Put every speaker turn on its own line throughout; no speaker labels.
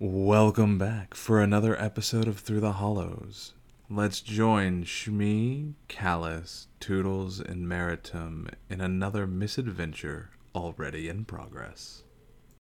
Welcome back for another episode of Through the Hollows. Let's join Shmi, Callus, Toodles, and Maritim in another misadventure already in progress.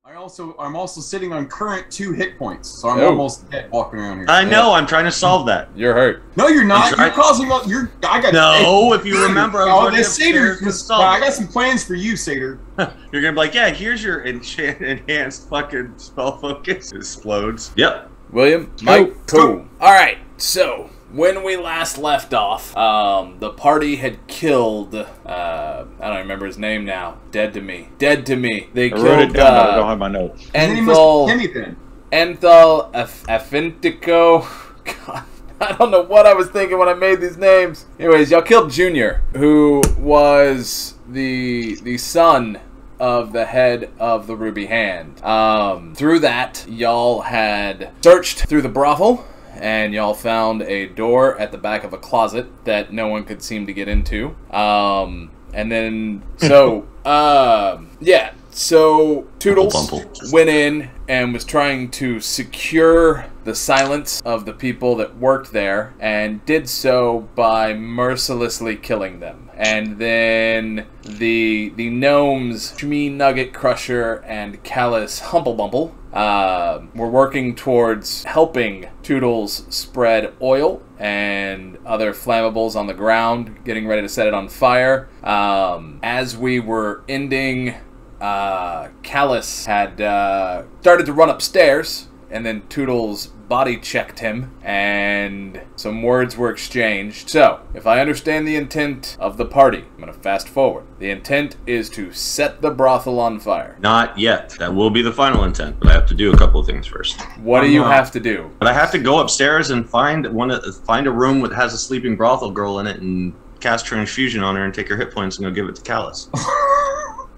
I also I'm also sitting on current two hit points, so I'm
Oh.
almost dead walking around here.
I know. I'm trying to solve that.
You're hurt.
no, you're not.
I'm
You're causing. all- You're. I got.
No, if you remember, I was
oh,
running
this Seder.
upstairs to solve
I got
it.
some plans for you, Seder.
You're gonna be like, yeah, here's your enchant enhanced fucking spell focus. It explodes. Yep.
William, Mike,
Go.
cool.
All right. So when we last left off, um, the party had killed. Uh, I don't remember his name now. Dead to me. Dead to me. They
I wrote it
killed
down, but I don't
uh,
have my notes.
And then he must
Enthal.
Kenny then.
Enthal Af- Afentico. God, I don't know what I was thinking when I made these names. Anyways, y'all killed Junior, who was the the son of the head of the Ruby Hand. Um, through that, y'all had searched through the brothel. And y'all found a door at the back of a closet that no one could seem to get into. Um, and then, so, um, yeah, so Toodles
Bumble.
went in and was trying to secure the silence of the people that worked there and did so by mercilessly killing them. And then the the gnomes, Shmi Nugget Crusher and Callus Humplebumble, uh, were working towards helping Toodles spread oil and other flammables on the ground, getting ready to set it on fire. Um, as we were ending uh, Callus had uh, started to run upstairs, and then Toodles body checked him, and some words were exchanged. So, if I understand the intent of the party, I'm going to fast forward. The intent is to set the brothel on fire.
Not yet. That will be the final intent, but I have to do a couple of things first.
What do
I'm
you
not-
have to do?
But I have to go upstairs and find one of- find a room that has a sleeping brothel girl in it and cast transfusion on her and take her hit points and go give it to Callus.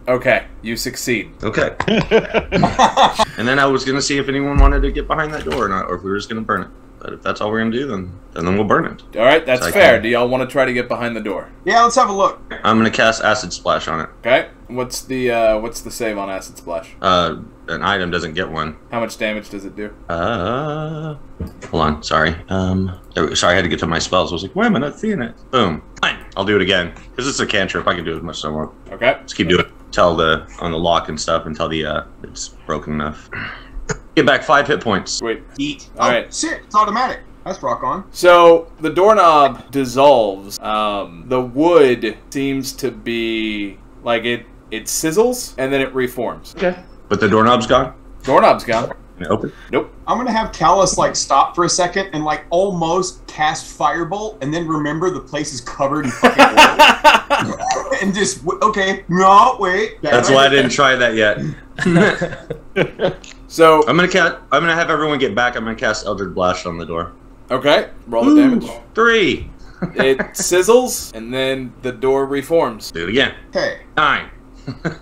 Okay, you succeed.
Okay. and then I was gonna see if anyone wanted to get behind that door or not, or if we were just gonna burn it. But if that's all we're gonna do, then then, then we'll burn it.
All right, that's
Second.
fair. Do y'all want to try to get behind the door?
Yeah, let's have a look.
I'm gonna cast acid splash on it.
Okay. What's the uh, what's the save on acid splash?
Uh, an item doesn't get one.
How much damage does it do?
Uh, hold on. Sorry. Um, there- sorry, I had to get to my spells. I was like, why am I not seeing it? Boom. Fine. I'll do it again because it's a cantrip. I can do as much as I want.
Okay.
Just keep doing. it. Tell the on the lock and stuff until the uh it's broken enough. Get back five hit points.
Sweet.
Eat.
All
oh,
right.
Shit, it's automatic. That's rock on.
So the doorknob dissolves. Um, the wood seems to be like it it sizzles and then it reforms.
But the doorknob's gone.
Doorknob's gone.
Can I Open.
Nope.
I'm gonna have Callus like stop for a second and like almost cast firebolt, and then remember the place is covered in fucking oil, and just w- okay. No, wait.
That's why I didn't try that yet.
so
I'm gonna cat. I'm gonna have everyone get back. I'm gonna cast Eldritch Blast on the door.
okay, roll the damage.
Ooh, Three.
It sizzles and then the door reforms.
Do it again.
Okay.
Nine.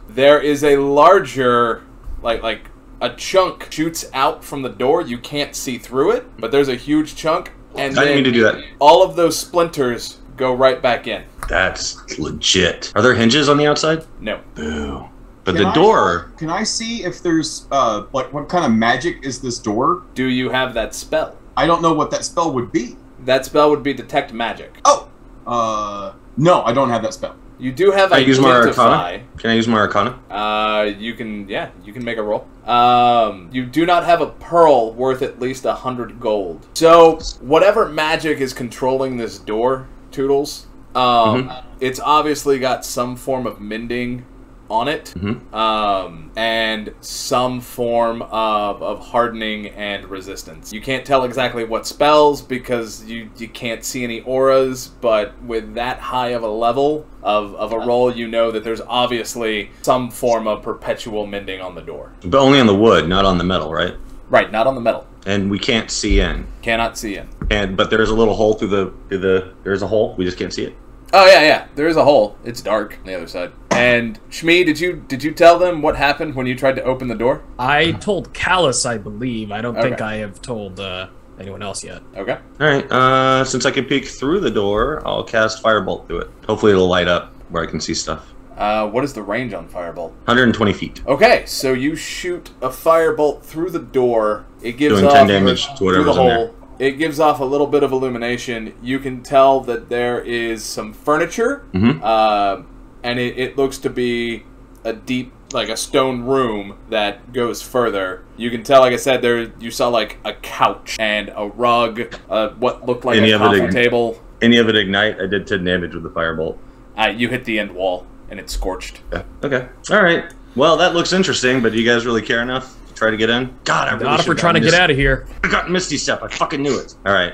There is a larger, like like a chunk shoots out from the door. You can't see through it, but there's a huge chunk, and
I didn't mean to
then
do that.
all of those splinters go right back in.
That's legit. Are there hinges on the outside?
No.
Boo. But
Can
the
I-
door.
Can I see if there's uh like what kind of magic is this door?
Do you have that spell?
I don't know what that spell would be.
That spell would be detect magic.
Oh, uh, no, I don't have that spell.
You do have
Can I use my
identify.
arcana? Can I use my arcana?
Uh, you can yeah, you can make a roll. Um, you do not have a pearl worth at least a hundred gold. So whatever magic is controlling this door, Toodles, um,
Mm-hmm.
it's obviously got some form of mending on it,
Mhm.
Mm-hmm.
um, and some form of, of hardening and resistance. You can't tell exactly what spells because you, you can't see any auras, but with that high of a level of, of a roll, you know that there's obviously some form of perpetual mending on the door.
But only on the wood, not on the metal, right?
Right, not on the metal.
And we can't see in.
Cannot see in.
And but there's a little hole through the through the there's a hole. We just can't see it.
Oh yeah, yeah. There is a hole. It's dark on the other side. And Shmi, did you did you tell them what happened when you tried to open the door?
I told Callus, I believe. I don't think
Okay.
I have told uh, anyone else yet.
Okay.
All right. Uh, since I can peek through the door, I'll cast firebolt through it. Hopefully, it'll light up where I can see stuff.
Uh, what is the range on firebolt?
120 feet.
Okay, so you shoot a firebolt through the door. It gives
Doing
off
10 damage to
through the
whatever's in there.
hole. It gives off a little bit of illumination. You can tell that there is some furniture,
Mhm.
uh, and it, it looks to be a deep, like a stone room that goes further. You can tell, like I said, there you saw like a couch and a rug, uh, what looked like
Any
a
of
coffee
it ign-
table.
Any of it ignite? I did 10 damage with the firebolt.
Uh, you hit the end wall, and it's scorched.
Yeah. Okay. All right. Well, that looks interesting, but do you guys really care enough to try to get in? God, I really
Not if we're
should've
trying to
gotten
get
Misty-
out of here.
I got Misty Step. I fucking knew it. All right.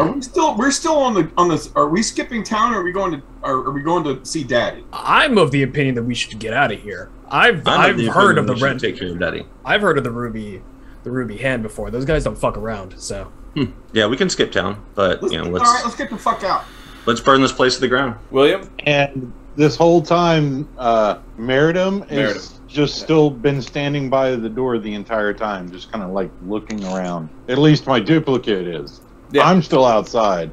Are we still? We're still on the on this. Are we skipping town? Or are we going to? Are, are we going to see Daddy?
I'm of the opinion that we should get out of here. I've
I'm
I've
the opinion
heard of the
we should
red.
Take care of Daddy.
I've heard of the ruby, the ruby hand before. Those guys don't fuck around. So
Yeah, we can skip town, but
Let's,
you know,
all
let's
right, let's get the fuck out.
let's burn this place to the ground.
William,
And this whole time, uh, Meridum is
Meridum.
just still been standing by the door the entire time, just kind of like looking around. At least my duplicate is.
Yeah.
I'm still outside.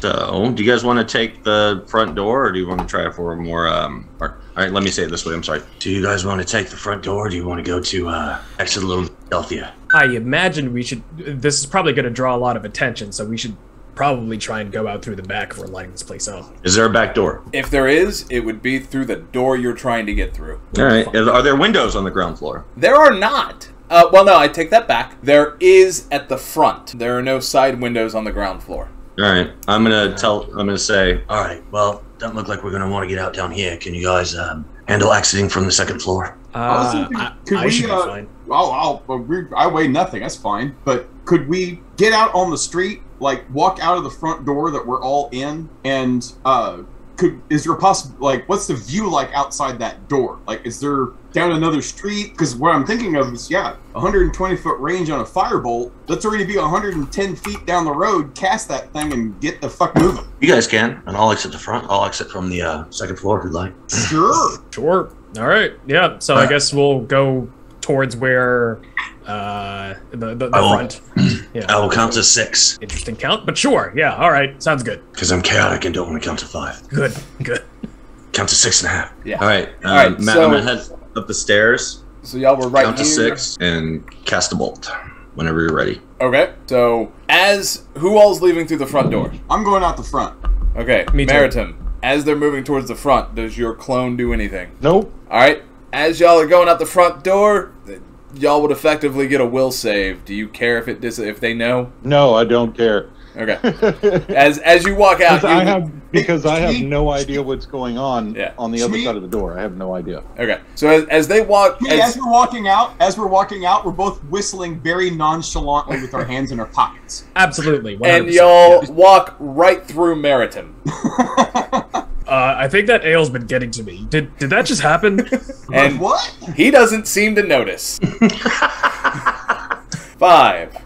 So, do you guys want to take the front door, or do you want to try for a more? Um, or, all right, let me say it this way. I'm sorry. Do you guys want to take the front door? Or do you want to go to uh, exit Little Philadelphia?
I imagine we should. This is probably going to draw a lot of attention. So we should probably try and go out through the back if we're lighting this place up.
Is there a back door?
if there is, it would be through the door you're trying to get through.
All right. Are there windows on the ground floor?
There are not. Uh, well, no, I take that back. There is at the front. There are no side windows on the ground floor.
All right. I'm gonna tell. I'm gonna say. All right. Well, don't look like we're gonna want to get out down here. Can you guys um, handle exiting from the second floor?
was
Uh,
thinking,
I,
could
I
we,
should be
uh,
fine.
I'll, I'll, we're- I weigh nothing. That's fine. But could we get out on the street, like walk out of the front door that we're all in, and uh, could is there a possible like what's the view like outside that door? Like, is there down another street? Because what I'm thinking of is yeah, 120 foot range on a firebolt. Let's already be 110 feet down the road. Cast that thing and get the fuck moving.
You guys can, and I'll exit the front. I'll exit from the uh, second floor if you'd like.
Sure.
Sure. All right. Yeah. So I guess we'll go towards where uh, the the, the
I will-
front.
I
Oh.
Yeah.
will count to six
Interesting count, but sure. Yeah. All right. Sounds good.
because I'm chaotic and don't want to count to five.
Good. Good.
Count to six and a half.
Yeah.
All right. um,
All right,
Matt,
so-
I'm gonna head up the stairs,
So y'all were right
count to
here.
six, and cast a bolt whenever you're ready.
Okay. So as who all's leaving through the front door?
I'm going out the front.
Okay.
Me too.
Maritim. As they're moving towards the front, does your clone do anything?
Nope.
All right. As y'all are going out the front door, th- y'all would effectively get a will save. Do you care if it dis- if they know?
No, I don't care.
Okay. As as you walk out,
Because I
you-
have because I have no idea what's going on
Yeah.
on the other
Sweet.
side of the door. I have no idea.
okay. So as, as they walk,
Hey,
as-
as we're walking out, as we're walking out, we're both whistling very nonchalantly with our hands in our pockets.
Absolutely. 100%.
and y'all walk right through Maritim.
Uh, I think that ale's been getting to me. Did did that just happen?
And
what?
He doesn't seem to notice. Five,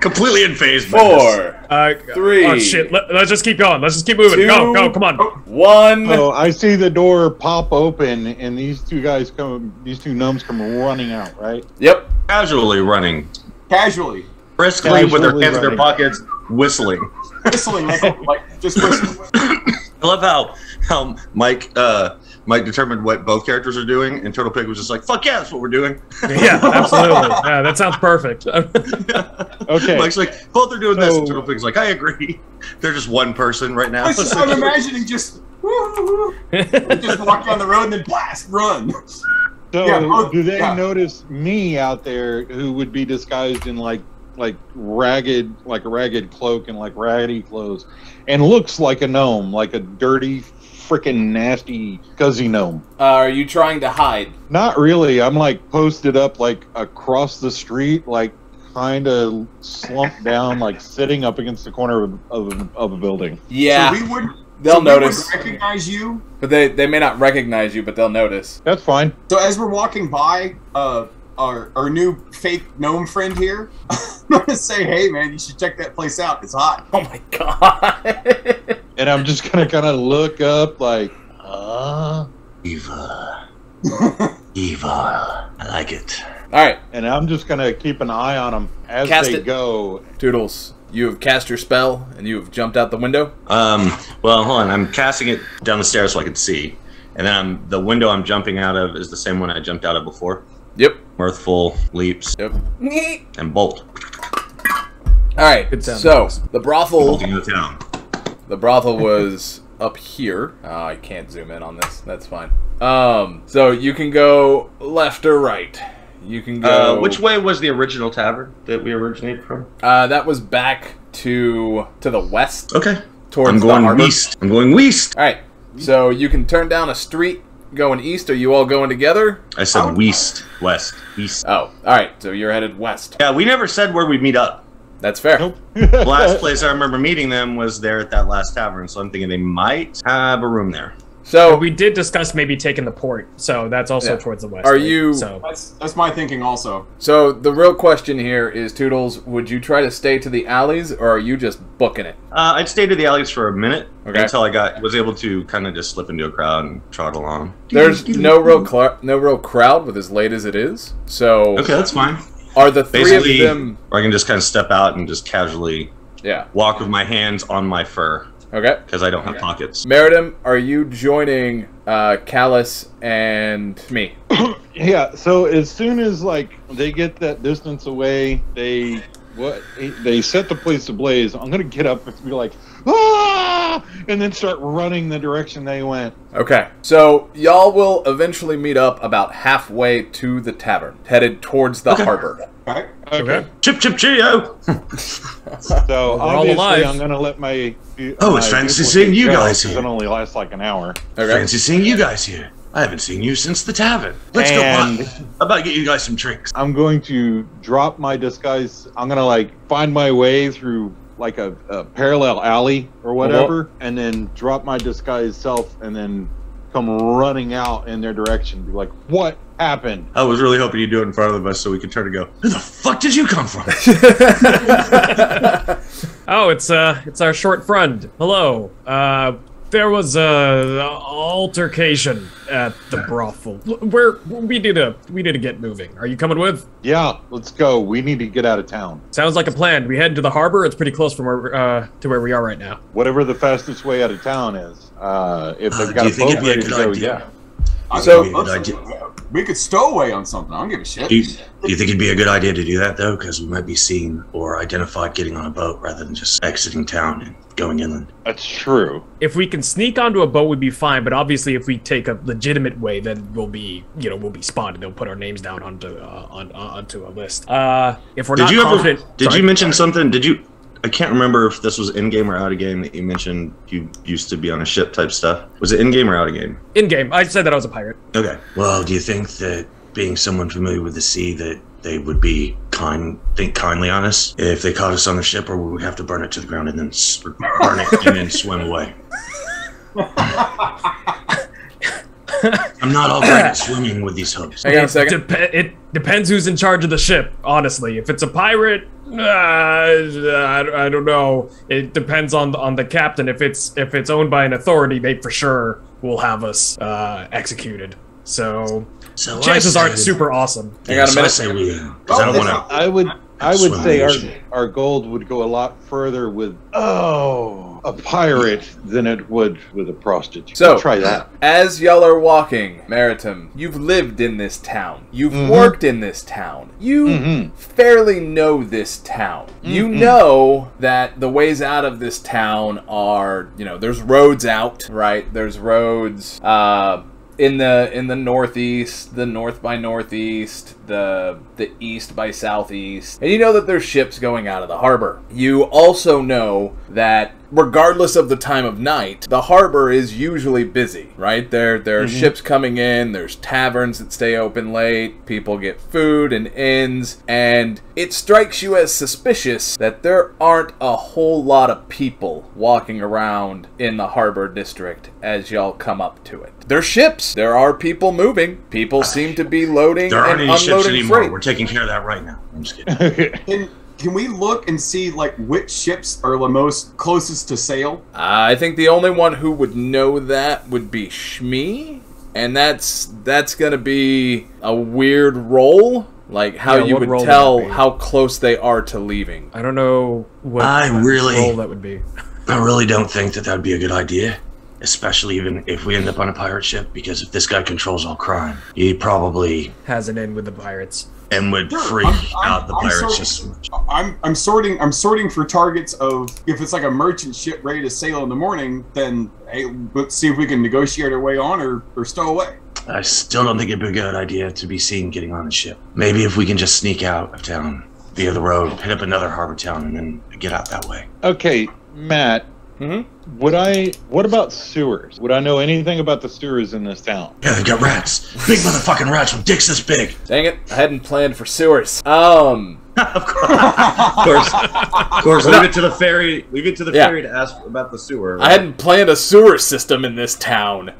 Completely in phase.
four,
Uh,
Three.
Oh shit! Let, us just keep going. Let's just keep moving.
Two. Oh.
Go, go, come on.
one.
Oh.
So I see the door pop open, and these two guys come, these two gnomes come running out. Right?
Yep.
Casually running,
Casually.
briskly with their
Casually
hands in their
running.
pockets, whistling.
Whistling like, like just whistling.
I love how how Mike uh, Mike determined what both characters are doing, and Turtle Pig was just like, "Fuck yeah, that's what we're doing."
Yeah, absolutely. Yeah, that sounds perfect.
Okay.
Mike's like, "Both are doing this." And
So-
Turtle Pig's like, "I agree." They're just one person right now.
I'm just- I'm imagining just woo, woo, woo. just walk down the road and then blast, run.
So
Yeah, both-
do they
yeah.
notice me out there who would be disguised in like like ragged like a ragged cloak and like raggedy clothes and looks like a gnome, like a dirty freaking nasty guzzy gnome.
Uh, are you trying to hide?
Not really. I'm like posted up like across the street like kind of slumped down like sitting up against the corner of, of, of a building.
Yeah,
So we would
they'll
so we would
notice.
recognize you.
But they, they may not recognize you, but they'll notice.
That's fine.
So as we're walking by, uh, our our new fake gnome friend here, I'm gonna say, hey man, you should check that place out. It's hot.
Oh my god.
And I'm just going to kind of look up like uh
Eva, Eva, I like it.
All right,
and I'm just gonna keep an eye on them as
Cast
they
it.
go.
Toodles. You have cast your spell, and you have jumped out the window.
Um, well, hold on. I'm casting it down the stairs so I can see,
And then I'm, the window I'm jumping out of is the same one I jumped out of before.
Yep.
Mirthful leaps
Yep.
and bolt.
All right.
Good sound
so
effects.
the brothel,
Bolting the town.
the brothel was up here. Uh, I can't zoom in on this. That's fine. Um. So you can go left or right. You can go.
Uh, which way was the original tavern that we originated from?
Uh, that was back to to the west
Okay.
towards
I'm
the
going
harbor.
east. I'm going west.
All right. So you can turn down a street going east. Are you all going together?
I said west. West. East.
Oh, all right. So you're headed west.
Yeah, we never said where we meet up.
That's fair.
Nope.
The last place I remember meeting them was there at that last tavern, so I'm thinking they might have a room there.
So
But we did discuss maybe taking the port, so that's also
Oh. Yeah.
towards the west.
Are
right?
you-
So
That's that's my thinking also.
so the real question here is Toodles, would you try to stay to the alleys or are you just booking it?
Uh, I'd stayed at the alleys for a minute
Okay.
until I got was able to kind of just slip into a crowd and trot along.
There's no real cl- no real crowd with as late as it is. So
Okay, that's fine.
are the three
Basically,
of them
or I can just kind of step out and just casually
Yeah.
walk with my hands on my fur
Okay.
because I don't have
Okay.
pockets.
Meridim, are you joining uh Callus and me?
Yeah. So as soon as like they get that distance away, they what they set the place ablaze. I'm gonna get up and be like, ah, and then start running the direction they went.
Okay. So y'all will eventually meet up about halfway to the tavern, headed towards the
Okay.
harbor.
Okay.
okay?
Chip, chip, cheerio!
So
all
obviously,
alive.
I'm gonna let my
Oh,
my
it's fancy
duplicate
seeing you
go,
guys
'cause
here.
It only lasts like an hour.
Okay.
Fancy seeing you guys here. I haven't seen you since the tavern. Let's
And-
go. Bob. I'm about to get you guys some drinks.
I'm going to drop my disguise. I'm gonna like find my way through like a, a parallel alley or whatever,
Uh-huh.
and then drop my disguised self, and then come running out in their direction. Be like, "What happened?"
I was really hoping you'd do it in front of us so we could turn and go, Who the fuck did you come from?
Oh, it's uh, it's our short friend. Hello. Uh, there was a altercation at the brothel. Where we need to we need to get moving. Are you coming with?
Yeah, let's go. We need to get out of town.
Sounds like a plan. We head to the harbor. It's pretty close from where uh, to where we are right now.
Whatever the fastest way out of town is. Uh, if
Uh,
they've
do
got
you
a
think
boat
it'd be a
ready to
good
go,
idea?
yeah.
I,
So-
let's- we could stow away on something. I don't give a shit.
Do you, do you think it'd be a good idea to do that though? Because we might be seen or identified getting on a boat rather than just exiting town and going inland.
That's true.
If we can sneak onto a boat, we'd be fine. But obviously, if we take a legitimate way, then we'll be you know we'll be spotted. They'll put our names down onto uh, on, on- onto a list. Uh, if we're
Did
not
you ever?
confident,
Did
Sorry.
you mention something? Did you? I can't remember if this was in game or out of game that you mentioned you used to be on a ship type stuff. Was it in game or out of game?
in game? I said that I was a pirate.
Okay. Well, do you think that being someone familiar with the sea that they would be kind think kindly on us if they caught us on the ship, or would we have to burn it to the ground and then s- burn it and then swim away? I'm not all great at swimming with these hooks.
Hang on a
It,
second.
depe- it depends who's in charge of the ship, honestly. If it's a pirate, uh, I, I don't know. It depends on on the captain. If it's if it's owned by an authority, they for sure will have us uh, executed. So
So I
chances aren't
said-
super awesome.
Hang on a
so I
minute.
say we, because I
Oh,
don't
that's
want
not-
to.
I would I would
Swim
say our
nation.
our gold would go a lot further with oh a pirate than it would with a prostitute.
So-
try that.
As y'all are walking, Maritim, you've lived in this town. You've
Mhm.
worked in this town. You
Mhm.
fairly know this town. You
Mhm.
know that the ways out of this town are, you know, there's roads out, right? There's roads uh, in the in the northeast, the north by northeast, the the east by southeast, and you know that there's ships going out of the harbor. You also know that regardless of the time of night, the harbor is usually busy, right? There there are ships coming in, there's taverns that stay open late, people get food and inns, and it strikes you as suspicious that there aren't a whole lot of people walking around in the harbor district as y'all come up to it. There's ships, there are people moving, people seem to be loading
There
and
aren't any ships
unloading
anymore.
freight.
We're taking care of that right now. I'm just kidding.
Can, can we look and see like which ships are the most closest to sail?
I think the only one who would know that would be Shmi, and that's that's gonna be a weird roll, like how
Yeah,
you
what
would
roll would
tell
that be?
how close they are to leaving.
I don't know what
I Ah, really-
role that would be.
I really don't think that that'd be a good idea. especially even if we end up on a pirate ship, because if this guy controls all crime, he probably
Has an end with the pirates.
and would
Dude,
freak
I'm- I'm-
out the
I'm
pirates
sorry.
just as much.
I'm I'm sorting I'm sorting for targets of if it's like a merchant ship ready to sail in the morning, then hey, let's see if we can negotiate our way on or, or stow away.
I still don't think it'd be a good idea to be seen getting on the ship. Maybe if we can just sneak out of town via the road, hit up another harbor town, and then get out that way.
Okay, Matt.
Mhm.
Would I? What about sewers? Would I know anything about the sewers in this town?
Yeah, they've got rats. Big motherfucking rats with dicks this big.
Dang it, I hadn't planned for sewers. Um,
of course, of course, of course. Leave it to the fairy. Leave it to the
Yeah.
fairy to ask about the sewer.
I hadn't planned a sewer system in this town.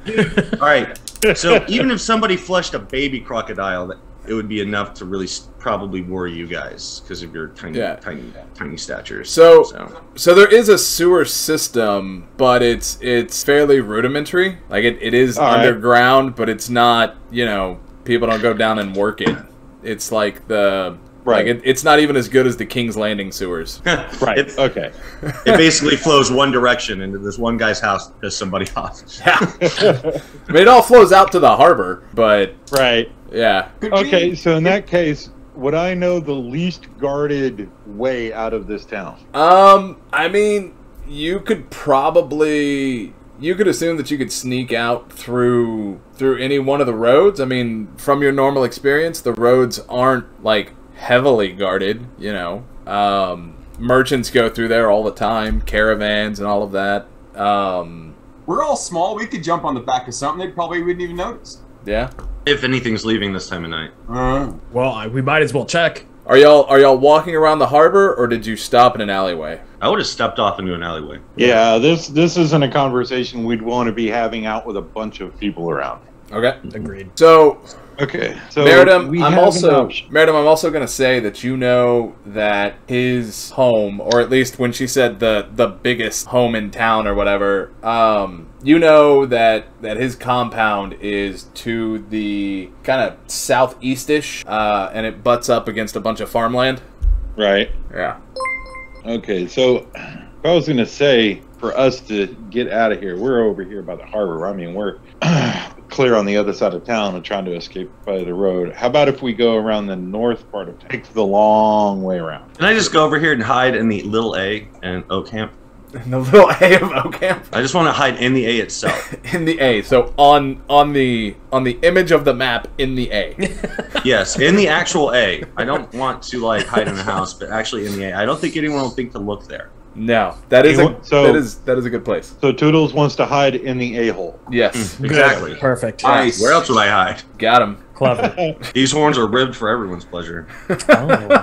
All right. So even if somebody flushed a baby crocodile, that- it would be enough to really s- probably worry you guys because of your tiny,
Yeah.
tiny, tiny statures.
So- So there is a sewer system, but it's it's fairly rudimentary. Like it, it is
All right.
underground, but it's not, you know, people don't go down and work it. It's like the
Right.
like it, it's not even as good as the King's Landing sewers.
Right.
It,
okay.
it basically flows one direction into this one guy's house to piss somebody off.
I mean, it all flows out to the harbor, but
Right.
yeah.
Could
Okay.
we-
So in that case, would I know the least guarded way out of this town?
Um, I mean, you could probably you could assume that you could sneak out through through any one of the roads. I mean, from your normal experience, the roads aren't like heavily guarded, you know. Um, merchants go through there all the time, caravans and all of that. Um,
we're all small. We could jump on the back of something. They probably wouldn't even notice.
yeah.
If anything's leaving this time of night,
Uh,
Well, I, we might as well check.
Are y'all are y'all walking around the harbor or did you stop in an alleyway?
I would have stepped off into an alleyway.
Yeah. This this isn't a conversation we'd want to be having out with a bunch of people around.
Okay.
Agreed.
So
Okay. So
Meridum,
we
I'm
have an
also
option.
Meridum, I'm also gonna say that you know that his home, or at least when she said the the biggest home in town or whatever, um, you know that that his compound is to the kind of southeastish, uh, and it butts up against a bunch of farmland.
Right.
Yeah.
Okay, so I was gonna say for us to get out of here, we're over here by the harbor. I mean, we're clear on the other side of town and trying to escape by the road. How about if we go around the north part of take the long way around?
Can I just go over here and hide in the little A and O camp?
In the little A of Ocamp.
I just want to hide in the A itself.
In the A, so on on the on the image of the map in the A.
yes, in the actual A. I don't want to like hide in a house, but actually in the A. I don't think anyone will think to look there.
No, that is
You
a,
want- so-
that is that is a good place.
So Toodles wants to hide in the a hole.
Yes,
Exactly.
Perfect.
Nice.
Where else would I hide?
Mm.
got him.
Clever.
These horns are ribbed for everyone's pleasure.
Oh.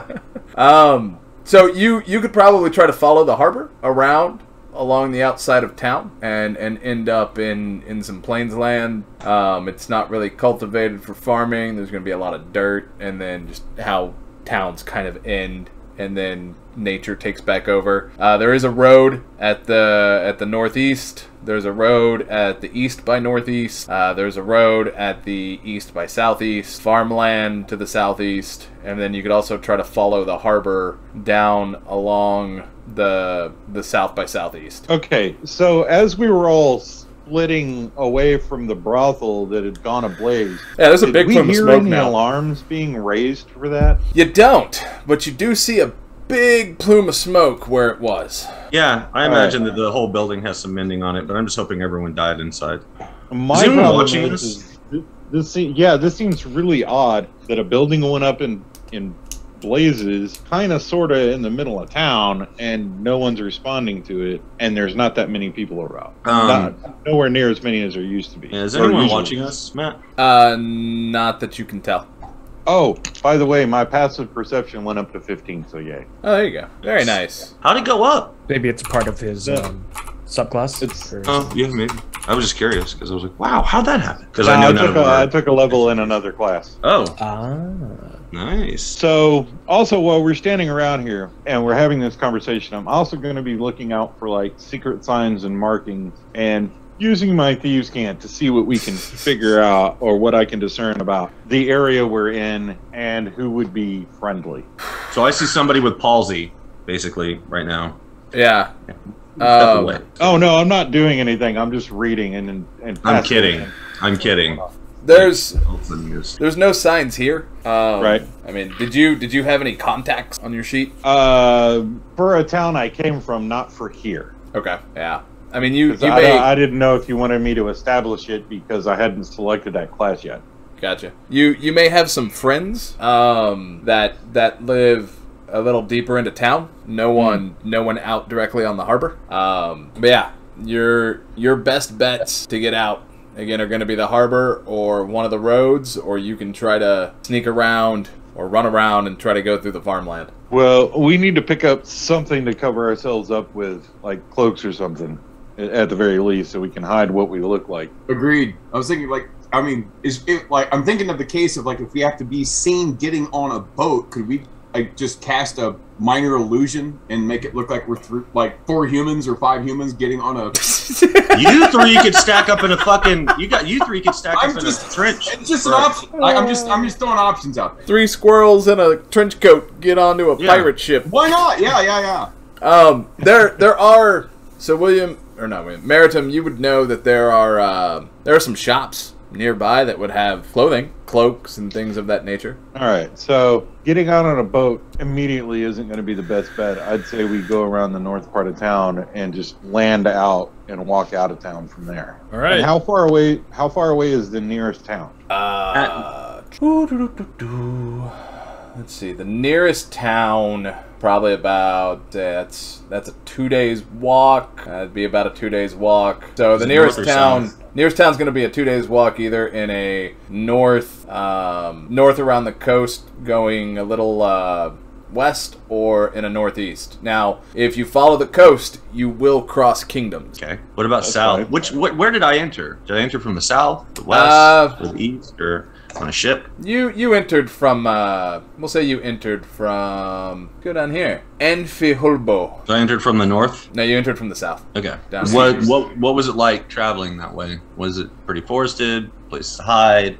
Um, so you you could probably try to follow the harbor around along the outside of town and and end up in in some plains land. Um, it's not really cultivated for farming. There's going to be a lot of dirt, and then just how towns kind of end, and then nature takes back over. Uh, there is a road at the at the northeast. There's a road at the east by northeast. Uh, there's a road at the east by southeast. Farmland to the southeast, and then you could also try to follow the harbor down along the the south by southeast.
Okay, so as we were all splitting away from the brothel that had gone ablaze,
Yeah, there's a
did
big
we
plume of
hear
smoke
any
now.
alarms being raised for that?
You don't, but you do see a big plume of smoke where it was.
Yeah, I
All
imagine that the whole building has some mending on it, but I'm just hoping everyone died inside.
My
Is anyone
problem
watching
is,
this?
is th- this se- yeah, this seems really odd that a building went up in in blazes, kind of sort of in the middle of town, and no one's responding to it, and there's not that many people around.
Um,
Not- nowhere near as many as there used to be.
Yeah, is
Or
anyone
usually.
watching us, Matt?
Uh, not that you can tell.
Oh, by the way, my passive perception went up to 15, so yay.
Oh, there you go. Very nice.
How'd it go up?
Maybe it's part of his
Yeah.
um, subclass.
It's-
Or-
Oh, yeah, maybe. I was just curious because I was like, wow, how'd that happen? Because
Uh,
I know
I
none
took,
of
a,
them
I
are.
took a level in another class.
Oh,
ah.
nice.
So, also while we're standing around here and we're having this conversation, I'm also going to be looking out for like secret signs and markings and using my thieves' cant to see what we can figure out or what I can discern about the area we're in and who would be friendly.
So I see somebody with palsy, basically, right now.
Yeah.
Step
Um,
away.
Oh no, I'm not doing anything. I'm just reading and and. and
I'm
passing
kidding.
it.
I'm kidding.
there's
Open news.
there's no signs here. Um,
Right.
I mean, did you did you have any contacts on your sheet?
Uh, for a town I came from, not for here.
Okay. Yeah. I mean, you you
'Cause I,
may
I didn't know if you wanted me to establish it because I hadn't selected that class yet.
Gotcha. You you may have some friends um, that that live a little deeper into town. No one no one out directly on the harbor. Um, but yeah, your your best bets to get out again are going to be the harbor or one of the roads, or you can try to sneak around or run around and try to go through the farmland.
Well, we need to pick up something to cover ourselves up with, like cloaks or something, a- at the very least, so we can hide what we look like.
Agreed. I was thinking like I mean, is it like I'm thinking of the case of like if we have to be seen getting on a boat, could we like just cast a minor illusion and make it look like we're through like four humans or five humans getting on a
You three could stack up in a fucking. You got. You three could stack
I'm
up in a
just-
trench.
It's just an option. I, I'm just I'm just throwing options out there.
Three squirrels in a trench coat get onto a
Yeah. pirate
ship.
Why not? Yeah, yeah, yeah.
Um, there there are so William or not William Maritim. You would know that there are uh, there are some shops nearby that would have clothing, cloaks, and things of that nature.
All right, so getting out on a boat immediately isn't going to be the best bet. I'd say we go around the north part of town and just land out and walk out of town from there.
All
And
right.
how far away? How far away is the nearest town?
Uh, let's see. The nearest town, probably about eh, that's that's a two days walk. That'd be about a two days walk. So the
it
nearest
north or
town,
south?
nearest town's going to be a two days walk either in a north, um, north around the coast, going a little. Uh, West or in a northeast. Now, if you follow the coast, you will cross kingdoms.
Okay. What about
That's
south?
fine.
Which? Wh- where did I enter? Did I enter from the south, the west,
Uh,
or the east, or on a ship?
You you entered from uh we'll say you entered from good on here. Enfihulbo.
So I entered from the north.
No, you entered from the south.
Okay.
Down
what?
east.
What? What was it like traveling that way? Was it pretty forested? Places to hide?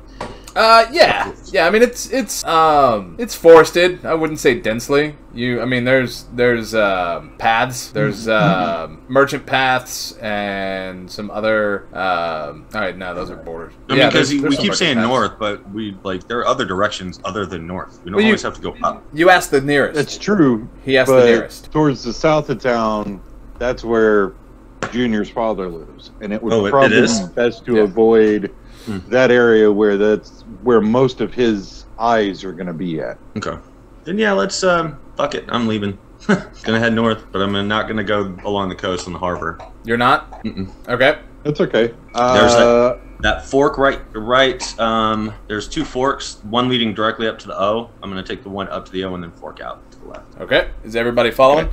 Uh yeah. Yeah, I mean it's it's um it's forested. I wouldn't say densely. You I mean there's there's um paths, there's um merchant paths and some other um all right, no, those are borders.
I mean,
Yeah,
because
there's- there's
we
some
keep
merchant
saying
paths.
north, but we like there are other directions other than north. We don't
Well, you-
always have to go up.
You asked the nearest.
That's true.
he asked the
but
nearest.
towards the south of town, that's where Junior's father lives, and it would
Oh, it- it
probably
is?
be best to
Yeah.
avoid
Hmm.
that area where that's where most of his eyes are going to be at.
Okay. Then yeah, let's um, fuck it. I'm leaving. gonna head north, but I'm not gonna go along the coast and the harbor.
You're not?
Mm-mm.
Okay.
That's okay.
There's that-
Uh,
That fork right, right. Um, there's two forks. One leading directly up to the O. I'm gonna take the one up to the O and then fork out to the left.
Okay. Is everybody following?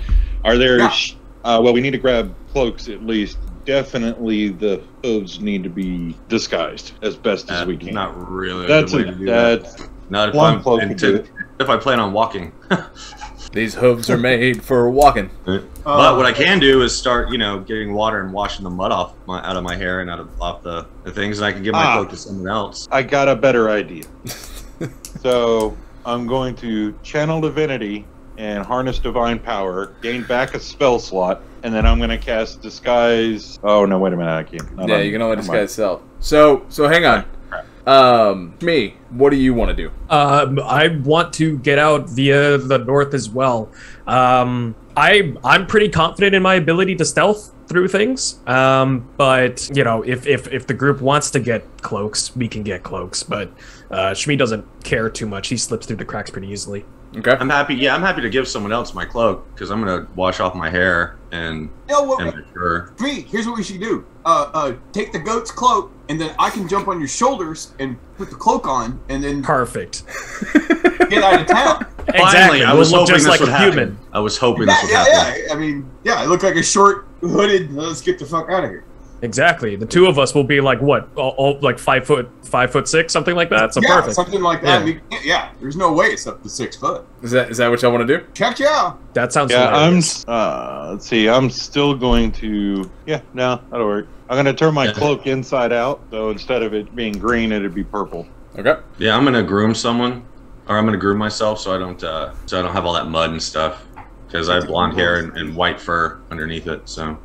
are
Yeah.
there? sh Uh, well, we need to grab cloaks at least. Definitely, the hooves need to be disguised as best as
Uh,
we can.
Not really. A
that's
good
a,
way to do that.
that's
Not if
one
I'm
cloak
and
would
to-
do it.
if I plan on walking.
These hooves are made for walking.
Oh.
but what I can do is start, you know, getting water and washing the mud off my out of my hair and out of off the, the things, and I can give my
Ah.
cloak to someone else.
I got a better idea. so I'm going to channel divinity and harness divine power, gain back a spell slot, and then I'm going to cast disguise. Oh no! Wait a minute, I can't. Not
yeah,
on-
you can only
never
disguise self. So, so hang on. Um, me, what do you want to do?
Um, I want to get out via the north as well. Um, I I'm pretty confident in my ability to stealth through things. Um, but you know, if if if the group wants to get cloaks, we can get cloaks. But uh, Shmi doesn't care too much. He slips through the cracks pretty easily.
Okay.
I'm happy. Yeah, I'm happy to give someone else my cloak because I'm gonna wash off my hair and
No, well,
and make sure.
Bree, here's what we should do. Uh, uh, take the goat's cloak, and then I can jump on your shoulders and put the cloak on, and then
Perfect.
get out of town.
exactly.
Finally, I
we'll
was
look
hoping
just
this
like
would
a
happen.
human.
I was hoping
yeah,
this would
yeah,
happen.
yeah. I mean, yeah, I look like a short hooded. Let's get the fuck out of here.
Exactly. The two of us will be like what, all, all like five foot, five foot six, something like that. So
yeah,
perfect.
something like that. We can't- yeah, there's no way it's up to six foot.
Is that is that what y'all want to do?
Check you out.
That sounds.
Yeah, I'm.
hilarious.
s- Uh, let's see. I'm still going to. Yeah, no, that'll work. I'm going to turn my
Yeah.
cloak inside out, so instead of it being green, it'd be purple.
Okay.
Yeah, I'm gonna groom someone, or I'm gonna groom myself so I don't uh, so I don't have all that mud and stuff because I have blonde hair and, and white fur underneath it. So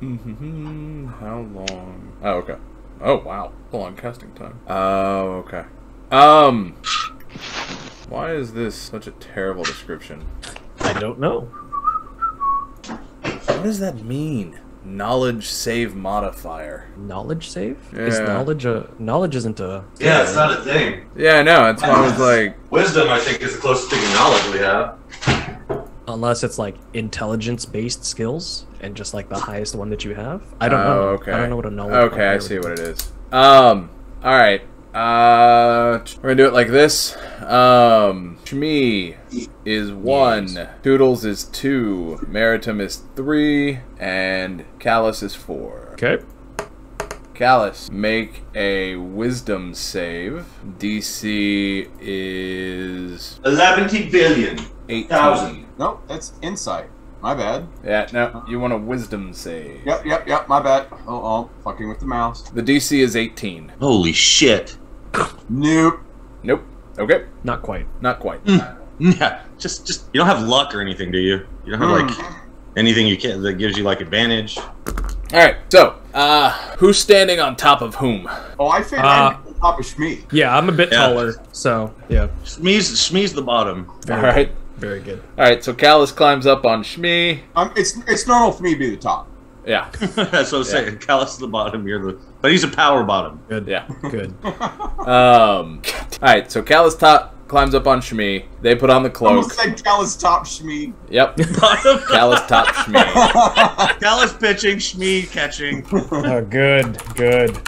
Mm-hmm. How long? Oh, okay. Oh, wow. Long casting time. Oh, okay. Um. Why is this such a terrible description?
I don't know.
What does that mean? Knowledge save modifier.
Knowledge save? Is
Yeah.
knowledge a knowledge isn't a
Yeah, it's not a thing.
Yeah, I know. That's why I was like,
Wisdom, I think, is the closest thing to knowledge we have.
unless it's like intelligence based skills and just like the highest one that you have. I don't
oh,
know.
okay.
I don't know what a knowledge.
Okay, I see what it is. Um. All right. Uh, we're gonna do it like this. Um, Shmi is one, Toodles is two, Maritim is three, and Callus is four.
Okay.
Callus, make a wisdom save. DC is
11 billion.
18.
Thousand.
Nope, that's insight. My bad.
Yeah, no, you want a wisdom save.
Yep, yep, yep. My bad. Oh, oh fucking with the mouse.
The DC is 18.
Holy shit.
Nope.
Nope. Okay,
Not quite.
not quite.
Yeah. Just just you don't have luck or anything, do you? You don't have like
Hmm.
anything you can that gives you like advantage.
All right, so uh, who's standing on top of whom?
Oh, I figured
Uh,
I'd be on top of Shmi.
Yeah, I'm a bit
Yeah.
taller, so yeah,
Smee's Smee's the bottom.
All right,
very good.
all right. So Callus climbs up on Shmi.
Um, it's it's normal for me to be the top.
Yeah,
That's what I'm saying. Callus is the bottom. You're the but he's a power bottom.
Good.
yeah.
Good.
Um, all right, so Callus top climbs up on Shmi. They put on the
Almost
cloak.
said Callus top Shmi.
Yep,
Bottom.
Callus top Shmi.
Callus pitching. Smee catching.
oh, good. Good.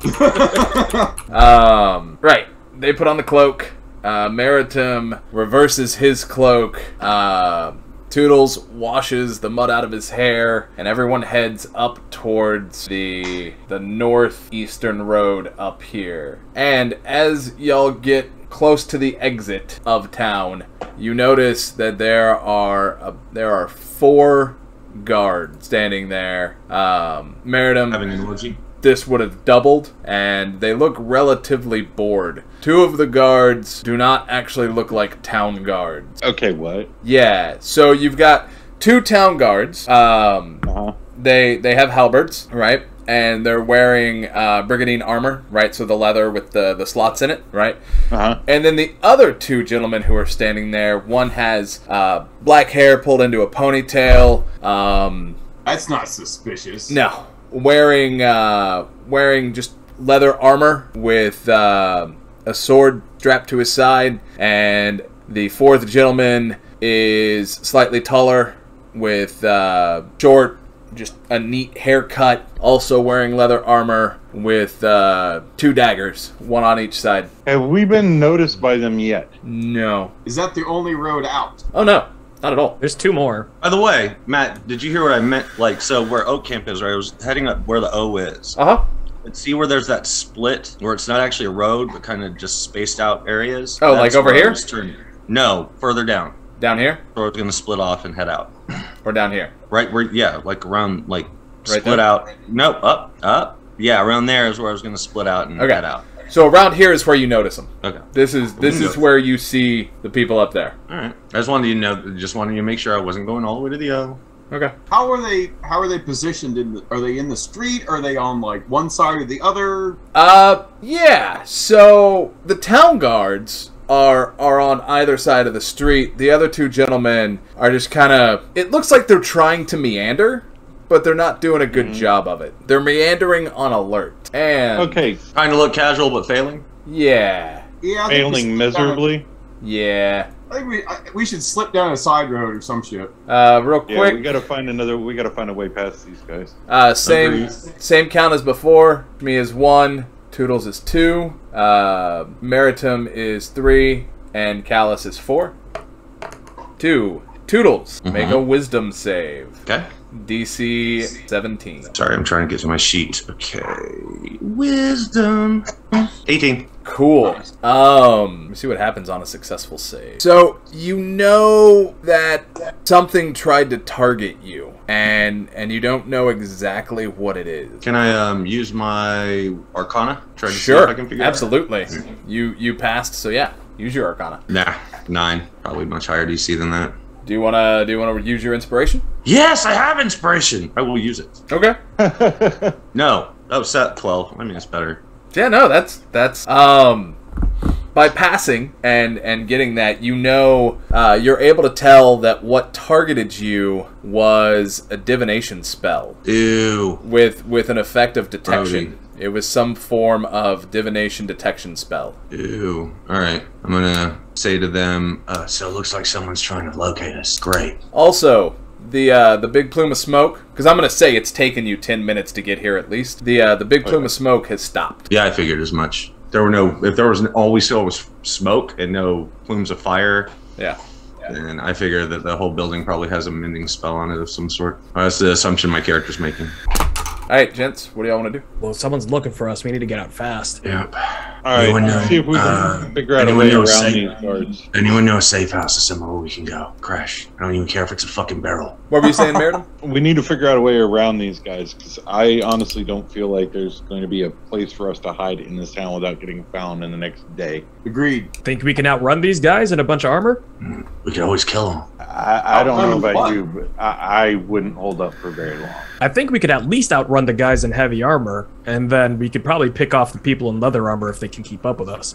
Um, right. They put on the cloak. Uh, Maritim reverses his cloak. Uh, Toodles washes the mud out of his hair, and everyone heads up towards the the northeastern road up here. And as y'all get close to the exit of town, you notice that there are uh there are four guards standing there. Um, Maritim
Having an emoji.
this would have doubled, and they look relatively bored. Two of the guards do not actually look like town guards.
Okay, what?
Yeah, so you've got two town guards. Um,
Uh-huh.
they they have halberds, right? And they're wearing uh, brigandine armor, right? So the leather with the the slots in it, right?
Uh-huh.
And then the other two gentlemen who are standing there, one has uh, black hair pulled into a ponytail. Um,
That's not suspicious.
no, wearing uh, wearing just leather armor with uh, a sword strapped to his side, and the fourth gentleman is slightly taller with uh, short, just a neat haircut. Also wearing leather armor with uh, two daggers, one on each side.
Have we been noticed by them yet?
No,
Is that the only road out?
oh no, not at all.
There's two more.
By the way, Matt, did you hear what I meant? Like, so where Oak Camp is, right? I was heading up where the O is.
Uh huh.
And see where there's that split where it's not actually a road, but kind of just spaced out areas.
Oh, like over
where I
here?
was turning. No, further down.
Down here
Where it's gonna split off and head out.
or down here?
Right where, yeah, like around, like
Right
split
there?
out. Nope, up, up. Yeah, around there is where I was gonna split out and
Okay.
head out.
So around here is where you notice them.
Okay, all
This is this is where you see the people up there.
right. I just wanted you to know, just wanted you to make sure I wasn't going all the way to the uh, O.
Okay.
How are they? How are they positioned? In the, are they in the street? Are they on like one side or the other?
Uh, yeah. So the town guards are are on either side of the street. The other two gentlemen are just kind of. It looks like they're trying to meander, but they're not doing a good
Mm-hmm.
job of it. They're meandering on alert. And
Okay,
Trying to look casual but failing.
Yeah.
Yeah, I think we
failing
should-
miserably.
Yeah.
I think we I, we should slip down a side road or some shit.
Uh, real
Yeah,
quick.
we gotta find another. We gotta find a way past these guys.
Uh, same
Agreed.
same count as before. Me is one. Toodles is two. Uh, Maritim is three, and Callus is four. Two. Toodles, make a wisdom save.
Okay.
DC 17.
Sorry, I'm trying to get to my sheet. Okay. Wisdom. 18.
Cool. Um, let me see what happens on a successful save. So you know that something tried to target you, and and you don't know exactly what it is.
Can I um, use my Arcana? Try to see
Sure,
if I can figure
absolutely. You you passed, so yeah, use your Arcana.
it out. Nah, nine. Probably much higher DC than that.
Do you wanna do you wanna use your inspiration?
Yes, I have inspiration. I will use it.
Okay.
No, that was at twelve. I mean, it's better.
Yeah, no, that's that's um by passing and and getting that, you know, uh, you're able to tell that what targeted you was a divination spell
Ew.
with with an effect of detection.
Rodin.
It was some form of divination detection spell.
Ew. All right. I'm gonna say to them. Uh, so it looks like someone's trying to locate us. Great.
Also, the uh, the big plume of smoke, because I'm gonna say it's taken you ten minutes to get here at least. The uh, the big plume of smoke has stopped.
Yeah, I figured as much. There were no. If there was, all we saw was smoke and no plumes of fire.
Yeah.
And I figure that the whole building probably has a mending spell on it of some sort. Uh, That's the assumption my character's making.
All right, gents, what do y'all want to do?
Well, someone's looking for us. We need to get out fast.
Yep.
All right,
Anyone know-
let's see if we can
uh,
figure out a
anyone
way
know
around
Satan?
these guards.
Anyone know a safe house or somewhere where we can go? Crash. I don't even care if it's a fucking barrel.
What were you saying, Meriden?
We need to figure out a way around these guys because I honestly don't feel like there's going to be a place for us to hide in this town without getting found in the next day.
Agreed.
Think we can outrun these guys in a bunch of armor?
We could always kill them.
I, I don't know
Outrun
about
what?
you, but I, I wouldn't hold up for very long.
I think we could at least outrun the guys in heavy armor, and then we could probably pick off the people in leather armor if they can keep up with us.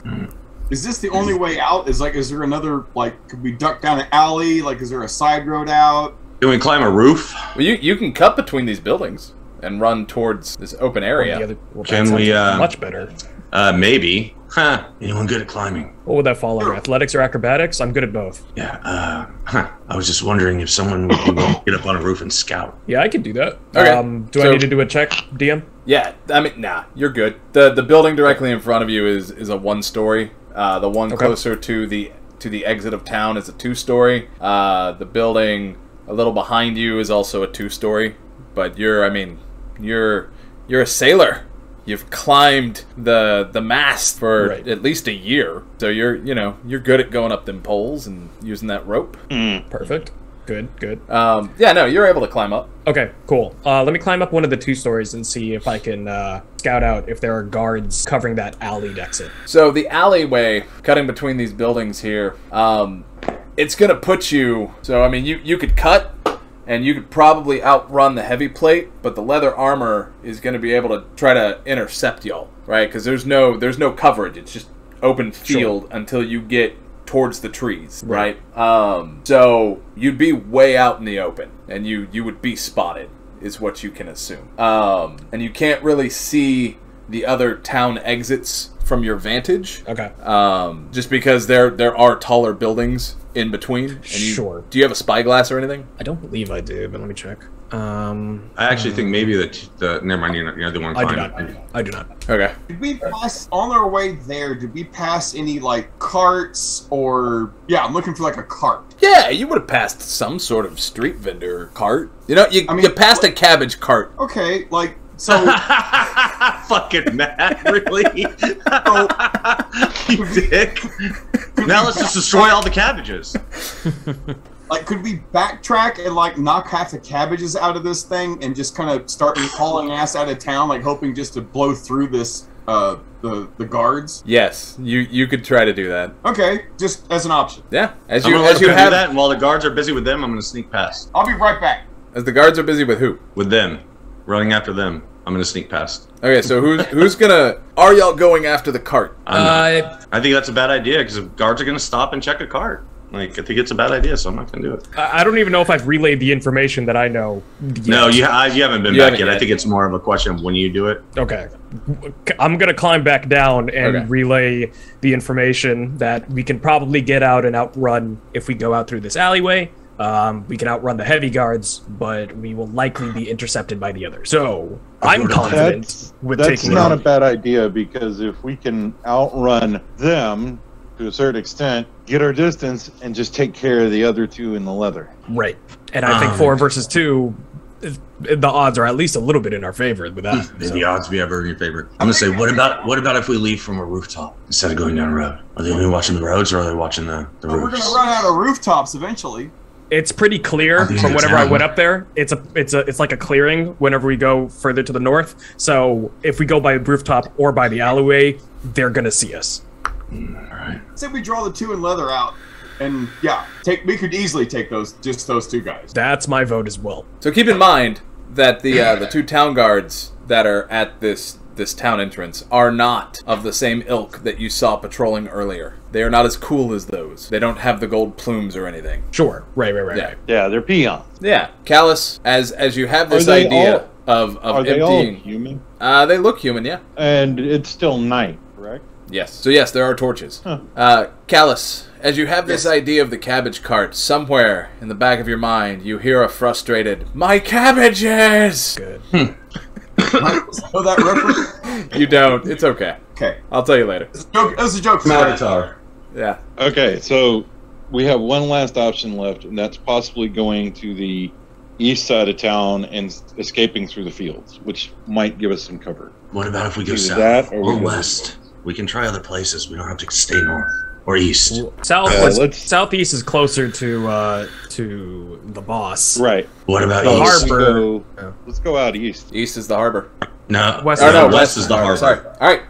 Is this the only way out? Is like, is there another like? Could we duck down an alley? Like, is there a side road out?
Can we climb a roof?
Well, you you can cut between these buildings and run towards this open
The
area.
other- well, that
Can
sounds
we, uh,
much better.
Uh, maybe. Huh. Anyone good at climbing?
What would that fall under? Athletics or acrobatics? I'm good at both.
Yeah. Uh, huh. I was just wondering if someone would be willing to get up on a roof and scout.
Yeah, I can do that.
Okay.
Um, do
So-
I need to do a check, DM?
Yeah, I mean, nah, you're good. the The building directly in front of you is is a one story. Uh, the one
Okay.
closer to the to the exit of town is a two story. Uh, the building a little behind you is also a two story. But you're, I mean, you're you're a sailor. You've climbed the the mast for
Right.
at least a year, so you're you know you're good at going up them poles and using that rope.
Mm. Perfect. Good, good.
Um, yeah, no, you're able to climb up.
Okay, cool. Uh, let me climb up one of the two stories and see if I can uh, scout out if there are guards covering that alleyed exit.
So the alleyway cutting between these buildings here, um, it's gonna put you. So I mean, you you could cut, and you could probably outrun the heavy plate, but the leather armor is gonna be able to try to intercept y'all, right? Because there's no there's no coverage. It's just open field until you get towards the trees, right? Um, so you'd be way out in the open, and you you would be spotted, is what you can assume. Um, and you can't really see the other town exits from your vantage.
Okay.
Um, just because there there are taller buildings in between. And you,
Sure.
Do you have a spyglass or anything?
I don't believe I do, but let me check. Um,
I actually think maybe that the never mind. You're, Uh, not- you're the one
I do
climbing.
not. I do not.
Okay.
Did we pass on our way there? Did we pass any like carts or? Yeah, I'm looking for like a cart.
Yeah, you would have passed some sort of street vendor cart. You know, you,
I mean,
you passed a cabbage cart.
Okay, like so.
fucking Matt, really? you dick. Now let's just destroy all the cabbages.
Like, could we backtrack and like knock half the cabbages out of this thing and just kind of start hauling ass out of town, like hoping just to blow through this uh the the guards?
Yes, you you could try to do that.
Okay, just as an option.
Yeah, as
I'm
you
gonna let
as
them
you
do
have
that, and while the guards are busy with them, I'm gonna sneak past
I'll be right back.
as the guards are busy with who.
with them, running after them. I'm gonna sneak past.
Okay, so who's who's gonna are y'all going after the cart?
I'm not.
Uh,
I think that's a bad idea because guards are going to stop and check a cart. Like, I think it's a bad idea, so I'm not going to do it.
I I don't even know if I've relayed the information that I know. yet.
No, you, I, you haven't been
You
back
haven't
yet. I
yet.
think it's more of a question of when you do it.
Okay. I'm going to climb back down and
Okay.
relay the information that we can probably get out and outrun if we go out through this alleyway. Um, we can outrun the heavy guards, but we will likely be intercepted by the others. So I'm confident
That's,
with
that's
taking
not
it.
a bad idea because if we can outrun them to a certain extent, get our distance, and just take care of the other two in the leather.
right. And I think
Um,
four versus two, is- the odds are at least a little bit in our favor with that.
May the odds be ever in your favor. I'm going to say, what about what about if we leave from a rooftop instead of going down a road? Are they only watching the roads or are they watching the, the
But we're
roofs?
gonna run out of rooftops eventually.
it's pretty
I
clear
think
from
it's
whenever I
down.
went up there. It's a it's a it's like a clearing whenever we go further to the north. So if we go by rooftop or by the alleyway, they're gonna see us.
All right.
Say we draw the two in leather out. And yeah, take we could easily take those just those two guys.
That's my vote as well.
So keep in mind that the uh, the two town guards that are at this this town entrance are not of the same ilk that you saw patrolling earlier. They are not as cool as those. They don't have the gold plumes or anything.
Sure. Right, right, right.
Yeah.
right.
Yeah, they're peons.
Yeah, Callus, as as you have this
Are they
idea
all-
of of
Are they all
emptying,
human?
uh, they look human. Yeah.
And it's still night, correct?
Yes. So yes, there are torches. Uh, Callus, as you have this idea of the cabbage cart, somewhere in the back of your mind, you hear a frustrated "My cabbages!"
Good.
So that reference.
You don't. It's okay.
Okay,
I'll tell you later.
it's a joke. It was a joke.
Matatar.
Yeah.
Okay, so we have one last option left, and that's possibly going to the east side of town and s- escaping through the fields, which might give us some cover.
What about if we go
Either
south
that or we
or
go
west? We can try other places. We don't have to stay north or east.
South
Uh,
was-
let's-
southeast is closer to uh, to the boss.
Right.
What about
The
east?
harbor.
Let's
Yeah.
go, let's go out east.
East is the harbor.
No,
West-
Oh
Or
no,
no,
west, is the harbor.
Sorry. All right.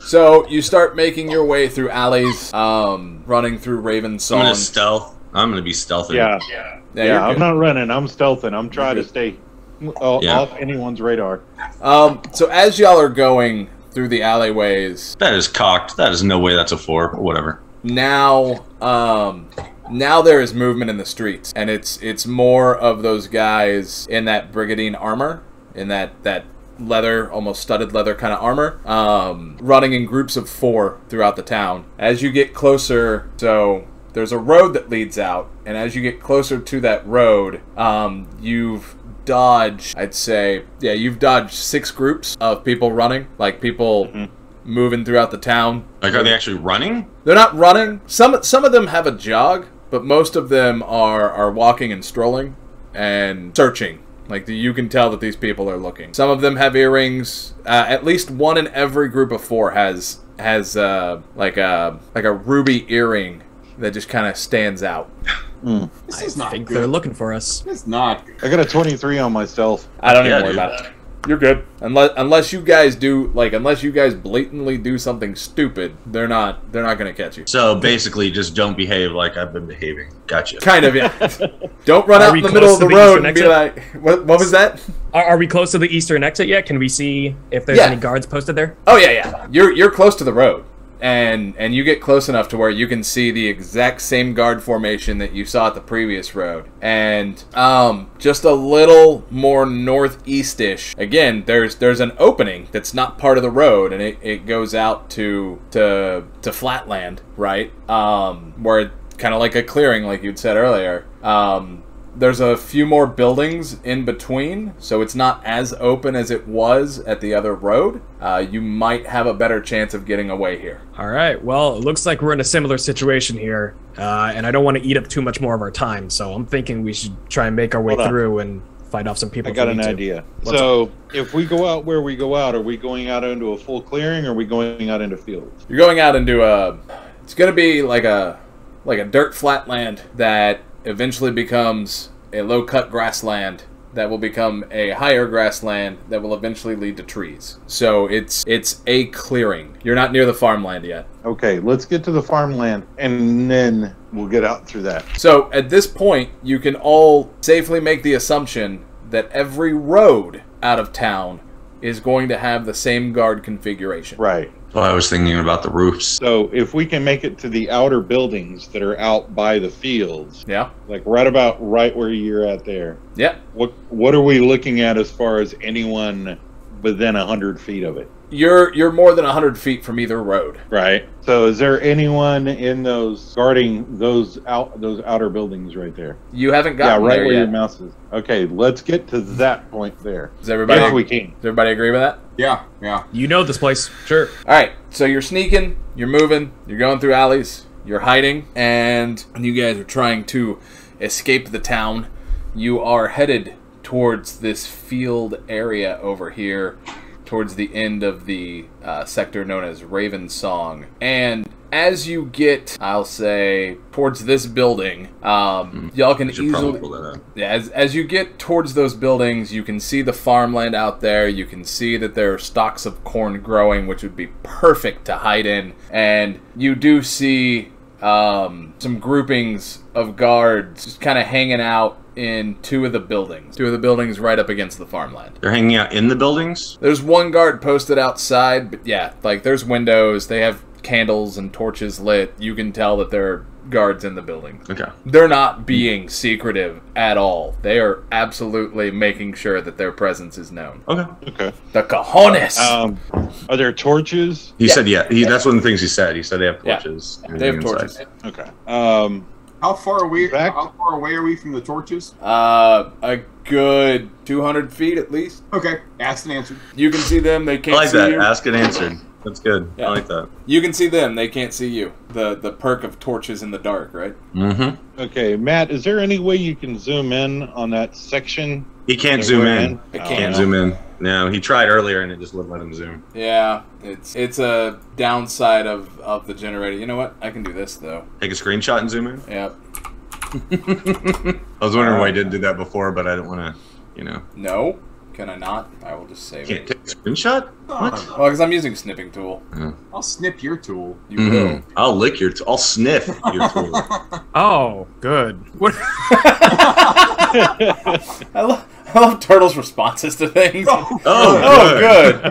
so you start making your way through alleys, um, running through Raven
I'm
Song.
gonna stealth. I'm gonna be stealthy.
Yeah.
Yeah,
Yeah,
you're
I'm
good.
not running. I'm stealthing. I'm trying to stay o-
Yeah.
off anyone's radar.
Um, so as y'all are going through the alleyways,
That is cocked. That is no way. That's a four. But whatever.
now um now there is movement in the streets and it's it's more of those guys in that brigandine armor in that that leather almost studded leather kind of armor um running in groups of four throughout the town as you get closer so there's a road that leads out and as you get closer to that road um you've dodged i'd say yeah you've dodged six groups of people running like people moving throughout the town
Like, are they actually running?
they're not running. Some some of them have a jog, but most of them are are walking and strolling and searching. Like you can tell that these people are looking. Some of them have earrings. Uh, at least one in every group of four has has uh, like a like a ruby earring that just kind of stands out.
This
I
is not
think
good.
they're looking for us.
it's not good.
I got a 23 on myself.
I don't
Yeah,
even worry
dude.
about it. You're good. Unless unless you guys do like unless you guys blatantly do something stupid, they're not they're not gonna catch you.
So basically, just don't behave like I've been behaving. Gotcha.
Kind of, yeah. Don't run
Are
out
we
in the middle
close to
of the
the
road
eastern
and be
exit?
like, what, what was that?
Are, are we close to the eastern exit yet? Can we see if there's
Yeah.
any guards posted there?
Oh yeah, yeah. You're you're close to the road, and and you get close enough to where you can see the exact same guard formation that you saw at the previous road, and um, just a little more northeastish. Again, there's there's an opening that's not part of the road, and it, it goes out to to to flatland, right? Um, where kind of like a clearing, like you'd said earlier. Um, there's a few more buildings in between, so it's not as open as it was at the other road. Uh, you might have a better chance of getting away here.
All right. Well, it looks like we're in a similar situation here, uh, and I don't want to eat up too much more of our time. So I'm thinking we should try and make our way
Hold on.
through and fight off some people.
I
if
got
we
an
need to.
idea.
What's
so, if we go out where we go out, are we going out into a full clearing or are we going out into fields?
You're going out into a. It's gonna be like a like a dirt flatland that eventually becomes a low cut grassland that will become a higher grassland that will eventually lead to trees. So it's it's a clearing. You're not near the farmland yet.
Okay, let's get to the farmland and then we'll get out through that.
So at this point, you can all safely make the assumption that every road out of town is going to have the same guard configuration.
Right.
Oh, I was thinking about the roofs.
So, if we can make it to the outer buildings that are out by the fields,
Yeah.
like right about right where you're at there,
Yeah.
what what are we looking at as far as anyone within 100 feet of it?
You're you're more than 100 feet from either road.
Right. So, is there anyone in those guarding those out those outer buildings right there?
You haven't
Yeah,
gotten
right
there
where your
yet.
mouse is. Okay, let's get to that point there.
Does everybody
If we can.
Does everybody agree with that?
Yeah, yeah.
You know this place, sure?
All right. So you're sneaking, you're moving, you're going through alleys, you're hiding, and you guys are trying to escape the town. You are headed towards this field area over here, towards the end of the uh, sector known as Raven Song. And as you get, I'll say, towards this building, um, y'all can
I should probably
easily
pull that up.
yeah, as, as you get towards those buildings, you can see the farmland out there. You can see that there are stalks of corn growing, which would be perfect to hide in. And you do see um, some groupings of guards just kind of hanging out in two of the buildings. Two of the buildings right up against the farmland.
They're hanging out in the buildings.
There's one guard posted outside, but yeah, like there's windows, they have candles and torches lit. You can tell that there are guards in the building.
Okay.
They're not being secretive at all. They are absolutely making sure that their presence is known.
Okay.
Okay.
The cojones!
Um, are there torches?
He
Yeah.
said, "Yeah." He, that's one of the things he said. He said they have
Yeah.
torches. and
they have
everything
torches.
inside.
Okay. Um,
How far away?
Back-
How far away are we from the torches?
Uh, a good 200 feet at least.
Okay, asked and answered.
You can see them. They
I
can't
like
see
that.
you.
Ask and answered. That's good.
Yeah.
I like that.
You can see them. They can't see you. The the perk of torches in the dark, right?
Mm-hmm.
okay, Matt, is there any way you can zoom in on that section?
He can't
that
zoom
we're
in.
It
Oh,
Yeah.
Can't zoom in. No, he tried earlier and it just wouldn't let him zoom.
Yeah, it's it's a downside of of the generator. You know what? I can do this though.
Take a screenshot and zoom in.
Yeah.
I was wondering
Uh,
why he didn't do that before, but I didn't want to. You know,
No. Can I not? I will just save
can't
it.
take a screenshot. What?
Well, because I'm using snipping tool.
I'll snip your tool.
You
Mhm. I'll lick your. T- I'll sniff your tool.
Oh, good. What?
will. I love I love turtles' responses to things.
Oh,
Oh, good.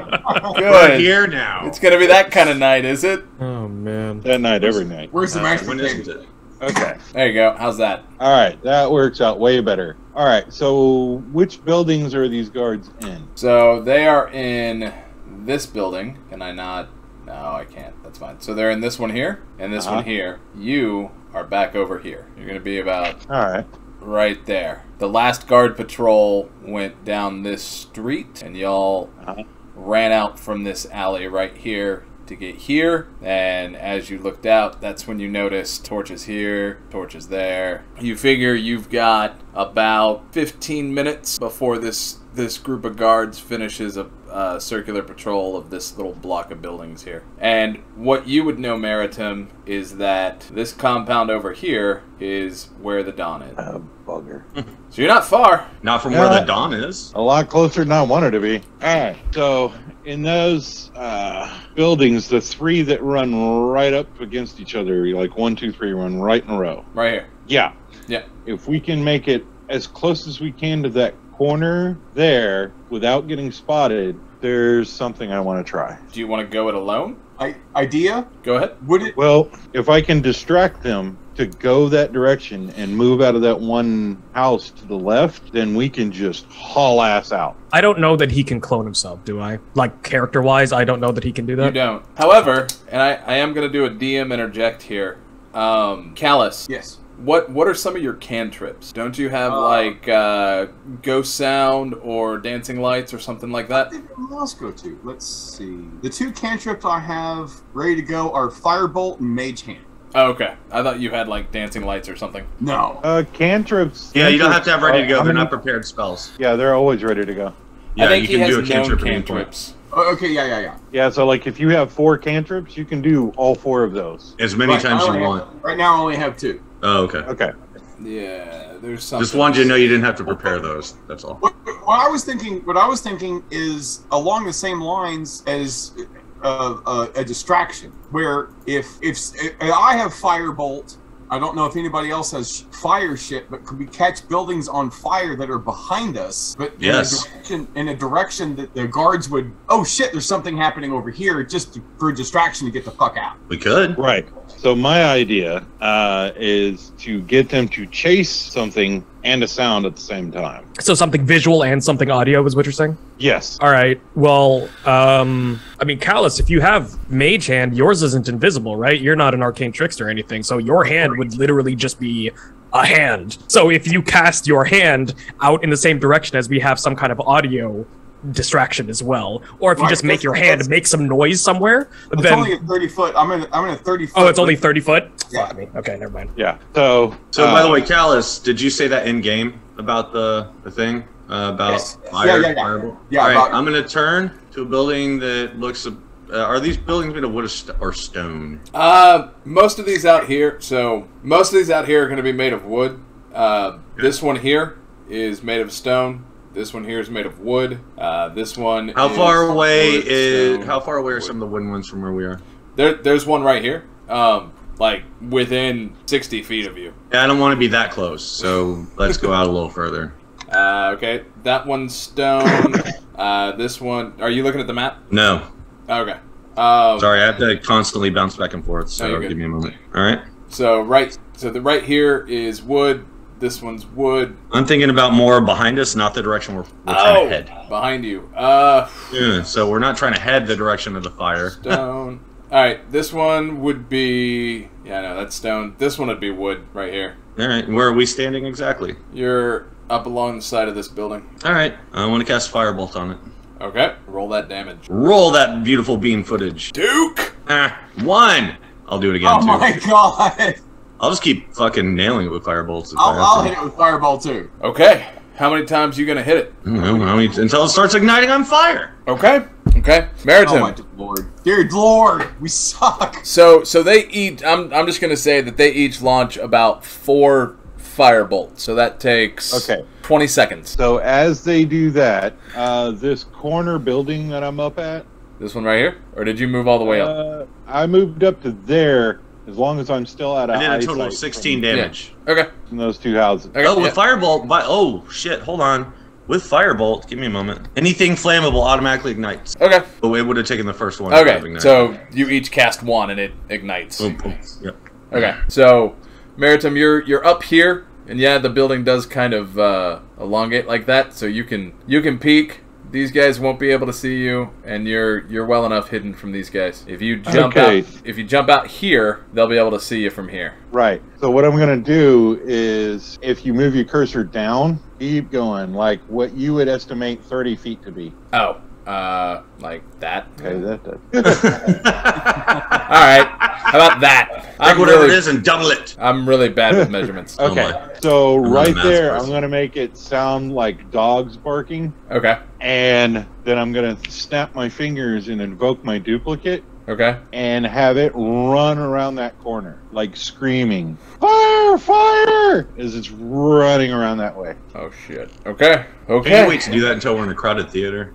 We're
Good.
here now.
It's gonna be that kind of night, is it?
Oh man.
That night, every night.
Where's the
Uh,
magic
when
thing?
is it?
Okay.
There you go. How's that?
All right. That works out way better. All right. So, which buildings are these guards in?
So they are in this building. Can I not? No, I can't. That's fine. So they're in this one here and this
Uh-huh.
one here. You are back over here. You're going to be about
All right.
right there. The last guard patrol went down this street, and y'all
Uh-huh.
ran out from this alley right here to get here. And as you looked out, that's when you noticed torches here, torches there. You figure you've got about 15 minutes before this this group of guards finishes a uh, circular patrol of this little block of buildings here. And what you would know, Maritim, is that this compound over here is where the Don is.
Oh, bugger.
So you're not far.
Not from
Yeah.
where the dawn is.
A lot closer than I wanted to be. All right. So, in those uh, buildings, the three that run right up against each other, like one, two, three, run right in a row.
Right here.
Yeah.
Yeah.
If we can make it as close as we can to that corner there without getting spotted, there's something I want to try.
Do you want to go it alone?
I, idea?
Go ahead.
Would it?
Well, if I can distract them to go that direction and move out of that one house to the left, then we can just haul ass out.
I don't know that he can clone himself, do I? Like character wise, I don't know that he can do
You
that.
don't. However, and I, I am going to do a DM interject here. Um, Callus,
Yes.
what what are some of your cantrips? Don't you have
Uh,
like uh, ghost sound or dancing lights or something like
What
that?
did Moscow to? Let's see. The two cantrips I have ready to go are Firebolt and Mage Hand.
Oh, okay, I thought you had like dancing lights or something.
No.
Uh, cantrips.
Yeah, you don't have to have ready to
Uh,
go.
how
They're
many-
not prepared spells.
Yeah, they're always ready to go.
I
Yeah,
think
you
he
can
has
do a cantrip
known
at any point.
cantrips.
Oh, okay, yeah, yeah, yeah.
Yeah, so like if you have four cantrips, you can do all four of those.
As many
Right, I
times you
only have-
want.
Right now I only have two.
Oh, okay.
Okay.
Yeah, there's something.
Just wanted you to know you didn't have to prepare those. That's all.
What, what I was thinking, what I was thinking is along the same lines as uh, uh, a distraction, where if if I have firebolt, I don't know if anybody else has fire shit, but could we catch buildings on fire that are behind us, but in,
Yes.
a direction, in a direction that the guards would, oh shit, there's something happening over here, just to, for distraction to get the fuck out.
We could.
Right. So my idea uh, is to get them to chase something and a sound at the same time.
So something visual and something audio is what you're saying.
Yes.
All right. Well, um, I mean, Callus, if you have Mage Hand, yours isn't invisible, right? You're not an arcane trickster or anything, so your hand would literally just be a hand. So if you cast your hand out in the same direction as we have some kind of audio distraction as well, or if you
Right,
just make
that's-
your hand
that's-
make some noise somewhere,
It's
then
only a thirty foot. I'm in. I'm in a thirty. Foot
oh, it's only thirty foot.
Yeah.
Fuck me. Okay, never mind.
Yeah. So.
So, by the
uh,
way, Callus, did you say that in game about the, the thing? Uh, about
Yes.
fire?
Yeah, yeah, yeah.
fireball?
Yeah,
All right,
about-
I'm going to turn to a building that looks. Uh, are these buildings made of wood or, st- or stone?
Uh, most of these out here, so most of these out here are going to be made of wood. Uh, this one here is made of stone. This one here is made of wood. Uh, this one.
How
is
far away
wood,
is?
stone,
How far away are
wood.
some of the wooden ones from where we are?
There, there's one right here. Um, like within 60 feet of you.
Yeah, I don't want to be that close, so let's go out a little further.
Uh, okay, that one's stone. uh, this one. Are you looking at the map?
No,
Okay. Um,
sorry, I have to constantly bounce back and forth.
No,
So
you're good.
give me a moment. All right,
So right. So the right here is wood. This one's wood.
I'm thinking about more behind us, not the direction we're, we're
Oh.
trying to head.
behind you. Uh,
Yeah, so we're not trying to head the direction of the fire.
stone. All right, this one would be. Yeah, no, that's stone. This one would be wood right here.
All right, where are we standing exactly?
You're up along the side of this building.
All right, I want to cast firebolt on it.
Okay, roll that damage.
Roll that beautiful beam footage.
Duke.
Ah, one. I'll do it again
Oh
too.
my god!
I'll just keep fucking nailing it with firebolts. if I
I'll,
have
I'll
to.
hit it with fireball too.
Okay. How many times you gonna hit it?
I don't know, I mean, until it starts igniting on fire.
Okay. Okay.
Oh
Meritim.
my dear lord, dear lord, we suck.
So so they each I'm I'm just gonna say that they each launch about four firebolts. So that takes
Okay.
twenty seconds.
So as they do that, uh, this corner building that I'm up at,
This one right here? Or did you move all the way up?
uh, I moved up to there. As long as I'm still out of
I did a
eyesight
total of 16
Yeah.
damage.
Okay.
from, from those two houses.
okay.
Oh,
yeah.
with firebolt. By, oh shit! Hold on. With firebolt, give me a moment. Anything flammable automatically ignites.
Okay.
Oh, it would have taken the first one. to have
Okay.
ignited.
So you each cast one and it ignites.
Boom, boom. Yep.
Okay. So Meritum, you're you're up here, and yeah, the building does kind of uh, elongate like that, so you can you can peek. These guys won't be able to see you, and you're you're well enough hidden from these guys. If you jump
Okay.
out, if you jump out here, they'll be able to see you from here.
Right. So what I'm going to do is, if you move your cursor down, keep going, like what you would estimate 30 feet to be.
Oh, uh, like that.
Okay, that, that
All right. How about that?
Take
I'm
whatever
really,
it is and double it.
I'm really bad with measurements.
Oh
Okay,
my.
so
I'm not a
right
math
there,
person.
I'm going to make it sound like dogs barking,
Okay.
and then I'm going to snap my fingers and invoke my duplicate
Okay.
and have it run around that corner, like screaming, Fire! Fire! as it's running around that way.
Oh shit. Okay.
I can't
Okay.
wait to do that until we're in a crowded theater.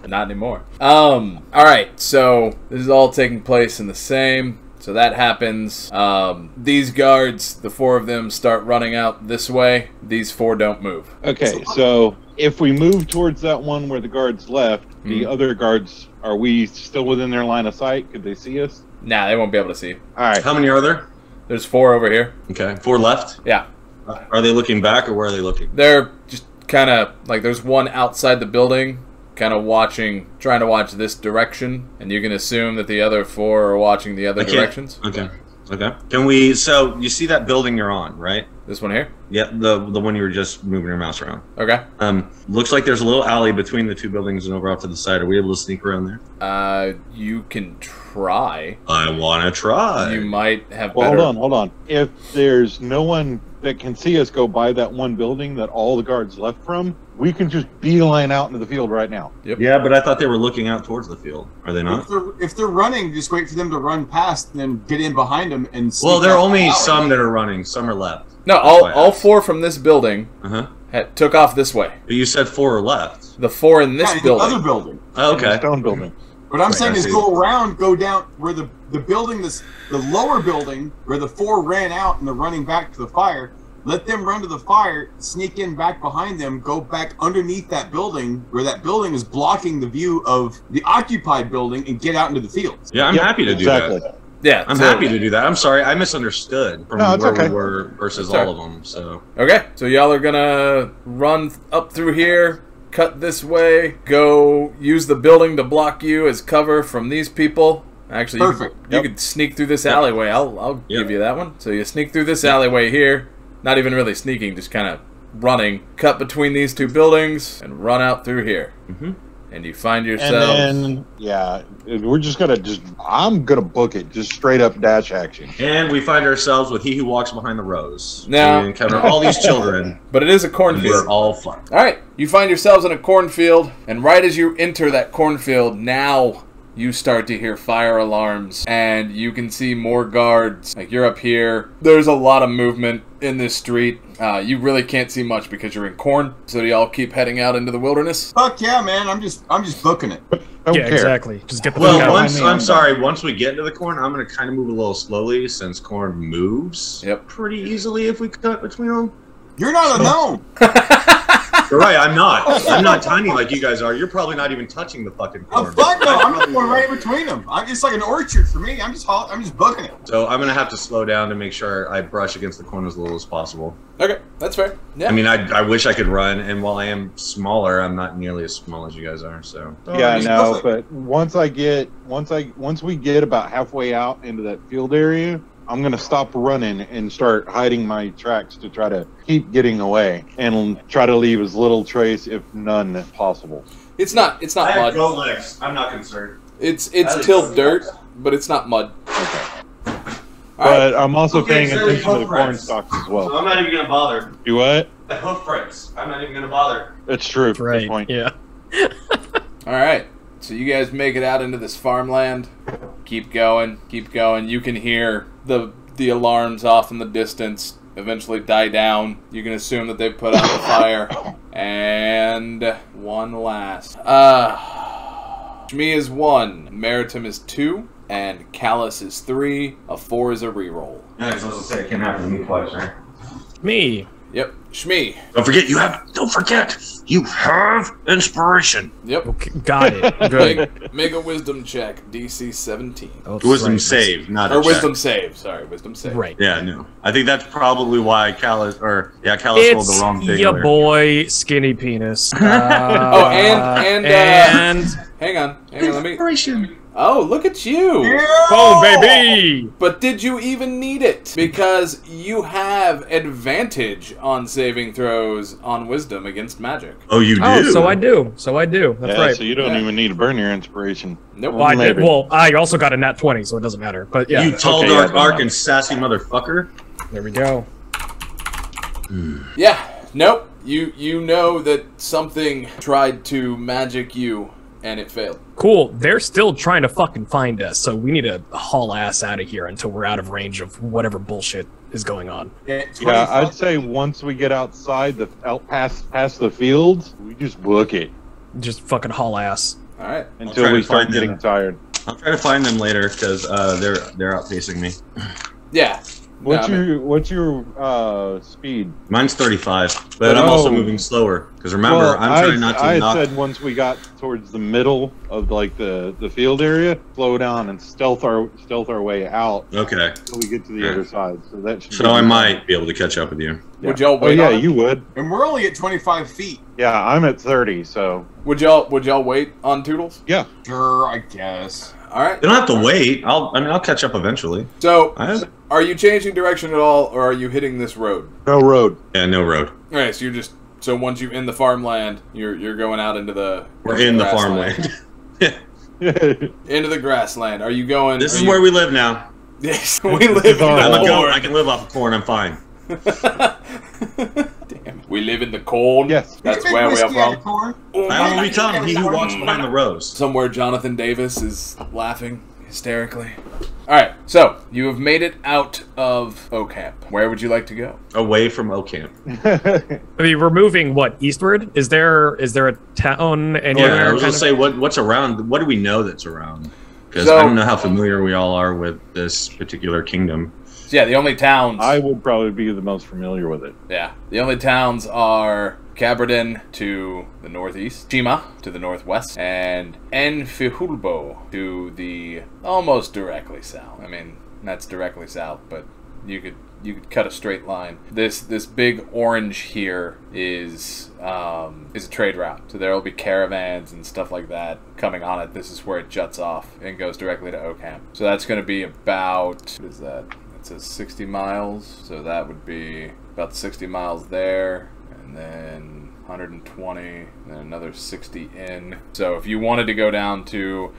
Not anymore. Um. All right. So this is all taking place in the same. So that happens. Um, these guards, the four of them, start running out this way. These four don't move.
okay, so if we move towards that one where the guards left, the other guards, are we still within their line of sight? Could they see us?
Nah, they won't be able to see. you.
All right.
How many are there?
There's four over here.
Okay, four left.
Yeah.
Are they looking back or where are they looking?
They're just kind of like there's one outside the building, kind of watching, trying to watch this direction, and you can assume that the other four are watching the other
I can't-
directions.
Okay. Okay. Can we? So you see that building you're on, right?
This one here.
Yep. The the one you were just moving your mouse around.
Okay.
Um, looks like there's a little alley between the two buildings and over off to the side. Are we able to sneak around there?
Uh, you can try.
I want to try.
You might have
Well,
better.
hold on, hold on. If there's no one that can see us go by that one building that all the guards left from, we can just beeline out into the field right now.
Yeah, but I thought they were looking out towards the field. Are they
If
not?
they're, if they're running, just wait for them to run past, and then get in behind them and. sneak
Well, there are
up
only
out.
some that are running. Some are left.
No, all,
That's why I
all
asked.
four from this building
Uh huh.
had, took off this way.
But you said four are left.
The four in
Yeah,
this
in the
building.
other building.
Oh,
in the
okay.
Stone building.
What I'm
Right,
saying
I
is
see.
go around, go down where the the building this the lower building where the four ran out and they're running back to the fire. Let them run to the fire, sneak in back behind them, go back underneath that building where that building is blocking the view of the occupied building and get out into the fields.
Yeah, I'm
Yep,
happy to do
exactly.
that.
yeah.
I'm
so-
happy to do that. I'm sorry, I misunderstood from
No, it's
where
okay.
we were versus
It's all
all of them. So
Okay, so y'all are gonna run up through here, cut this way, go use the building to block you as cover from these people. Actually, you,
Perfect.
you could sneak through this alleyway. I'll, I'll
Yep.
give you that one. So you sneak through this alleyway here, not even really sneaking, just kind of running, cut between these two buildings, and run out through here.
Mhm.
And you find
And
yourself.
then, yeah, we're just gonna just. I'm gonna book it, just straight up dash action.
And we find ourselves with He Who Walks Behind the Rose.
Now-
we encounter all these children.
but it is a
and we're
cornfield.
all fucked.
All right, you find yourselves in a cornfield, and right as you enter that cornfield, now you start to hear fire alarms and you can see more guards. Like you're up here. There's a lot of movement in this street. Uh, you really can't see much because you're in corn. So do y'all keep heading out into the wilderness?
Fuck yeah, man! I'm just I'm just booking it.
I don't
yeah,
care.
exactly. Just get the fuck
Well,
out.
once
I mean-
I'm sorry. Once we get into the corn, I'm going to kind of move a little slowly since corn moves
Yep.
pretty easily if we cut between them.
You're not alone.
You're right. I'm not. I'm not tiny like you guys are. You're probably not even touching the fucking
Oh
corn.
fuck no! I'm just going right in between them. I'm, it's like an orchard for me. I'm just haul- I'm just booking it.
So I'm gonna have to slow down to make sure I brush against the corn as little as possible.
Okay, that's fair. Yeah.
I mean, I, I wish I could run, and while I am smaller, I'm not nearly as small as you guys are. So
yeah, I
it's
know.
nothing.
But once I get once I once we get about halfway out into that field area, I'm gonna stop running and start hiding my tracks to try to keep getting away and try to leave as little trace, if none, possible.
it's not it's not mud.
legs. I'm not concerned.
It's it's
That is-
tilled dirt, but it's not mud. All right.
But I'm also
Okay,
paying
so we
attention to the
hope
corn
rest.
stalks as well.
I'm not even gonna bother.
Do what?
The hoof prints. I'm not even gonna bother.
It's true. Good
Right.
point.
Yeah.
All right. So you guys make it out into this farmland. Keep going, keep going. You can hear the the alarms off in the distance eventually die down. You can assume that they've put out the fire. And one last. Uh Shmi is one, Maritim is two, and Callus is three. A four is a reroll.
Yeah, I was supposed to say it can't happen to me twice, right?
Me.
Yep. Shmi.
Don't forget, you have. Don't forget, you have inspiration.
Yep.
Okay, got it.
Good.
Make, make a wisdom check. DC seventeen.
Oh,
Wisdom
right.
save, not
Or
a
wisdom save. Sorry, wisdom save.
Right.
Yeah, no. I think that's probably why Callus or yeah, Callus rolled
It's
the wrong thing.
ya
earlier.
boy, skinny penis.
Oh, and- and, uh,
and
Hang on. Hang on. Let me. Oh, look at you.
oh baby.
But did you even need it? Because you have advantage on saving throws on wisdom against magic.
Oh, you do.
Oh, so I do. So I do. That's
Yeah,
right.
so you don't
Yeah.
even need to burn your inspiration.
Nope.
well, I did,
Maybe.
well, I also got a nat twenty, so it doesn't matter. But yeah,
you tall,
okay,
dark,
yeah,
arc, and sassy motherfucker.
there we go.
Yeah. Nope. You you know that something tried to magic you and it failed.
Cool. They're still trying to fucking find us, so we need to haul ass out of here until we're out of range of whatever bullshit is going on.
Yeah,
Yeah, I'd say once we get outside the out past past the fields, we just book it
Just fucking haul ass.
All right.
until
try
we
to
start
find them.
getting tired.
I'll try to find them later because uh, they're they're outpacing me.
Yeah. No,
What's
I mean-
your what's your uh, speed?
Mine's 35, but I'm also
Oh.
moving slower because remember I'm trying not to
I had
knock.
said once we got towards the middle of like the, the field area, slow down and stealth our stealth our way out
Okay,
until we get to the
Yeah.
other side. So that should.
so
be-
I might be able to catch up with you.
Would y'all
Oh
wait?
yeah,
on it?
you would.
and we're only at 25 feet.
Yeah, I'm at thirty, so
Would y'all would y'all wait on Toodles?
Sure, I guess.
All right.
They don't have to wait. I'll I mean I'll catch up eventually.
So,
I have
are you changing direction at all, or are you hitting this road?
no road.
yeah, no road.
All right. So you're just so once you're in the farmland, you're you're going out into the
We're in the
grassland.
farmland.
into the grassland. Are you going?
This
are
is
you-
where we live now.
Yes, we live in
I'm
the
a goat. I
corn.
can live off of corn. I'm fine.
Damn it. We live in the corn.
yes.
That's
Make
where we are
whiskey out
from.
of corn.
Oh
I will become he who walks behind the rose.
Somewhere Jonathan Davis is laughing hysterically. All right, so you have made it out of Okamp. Where would you like to go?
Away from Ocamp.
I mean, we're moving what eastward? Is there is there a town anywhere?
Yeah, I was
kind
gonna
of-
say what what's around. What do we know that's around? Because
So-
I don't know how familiar we all are with this particular kingdom.
So, yeah, the only towns.
I would probably be the most familiar with it.
yeah, the only towns are Caberdin to the northeast, Shima to the northwest, and Enfihulbo to the almost directly south. I mean, that's directly south, but you could you could cut a straight line. This this big orange here is um, is a trade route, so there will be caravans and stuff like that coming on it. This is where it juts off and goes directly to Oakham. So that's going to be about what is that? It says 60 miles, so that would be about 60 miles there, and then 120, and then another 60 in. So if you wanted to go down to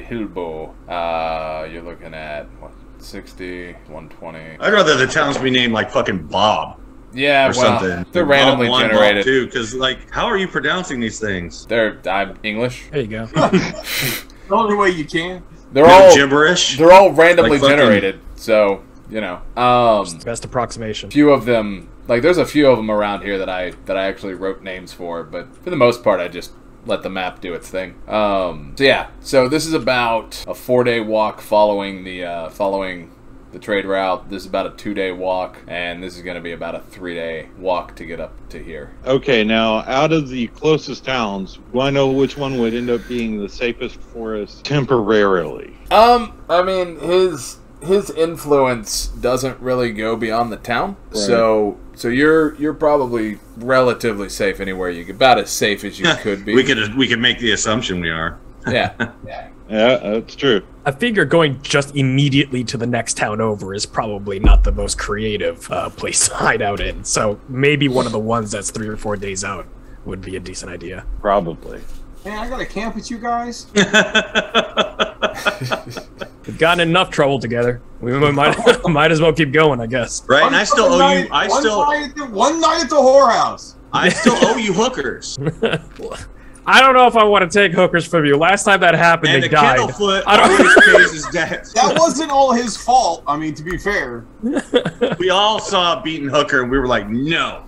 Enfihilbo, uh, you're looking at what? 60, 120.
I'd rather the towns be named like fucking Bob
Yeah,
or
well,
something.
they're randomly
Bob one, Bob
generated.
two, because like, how are you pronouncing these things?
They're I'm English.
There you go.
the only way you can.
They're
No
all
gibberish.
they're all randomly
Like fucking-
generated, so you know. Um,
Best approximation.
few of them like there's a few of them around here that I that I actually wrote names for, but for the most part I just let the map do its thing. Um, so yeah, so this is about a four day walk following the uh, following the trade route. This is about a two day walk, and this is going to be about a three day walk to get up to here.
Okay, now out of the closest towns, do I know which one would end up being the safest for us temporarily?
Um, I mean his his influence doesn't really go beyond the town, so so you're you're probably relatively safe anywhere you about as safe as you could be.
We could we could make the assumption we are.
yeah.
Yeah, that's true.
I figure going just immediately to the next town over is probably not the most creative uh, place to hide out in. So maybe one of the ones that's three or four days out would be a decent idea.
Probably.
Man, I gotta camp with you guys.
We've gotten enough trouble together. We might might as well keep going, I guess.
Right?
One
And I still
fucking
owe you
night-
I
one
still
night at the, one night at the whorehouse.
I still owe you hookers.
I don't know if I want to take hookers from you. Last time that happened,
And
they
a
died.
Kindlefoot
I don't-
always pays his debt.
That wasn't all his fault. I mean, to be fair,
We all saw a beaten hooker and we were like, no.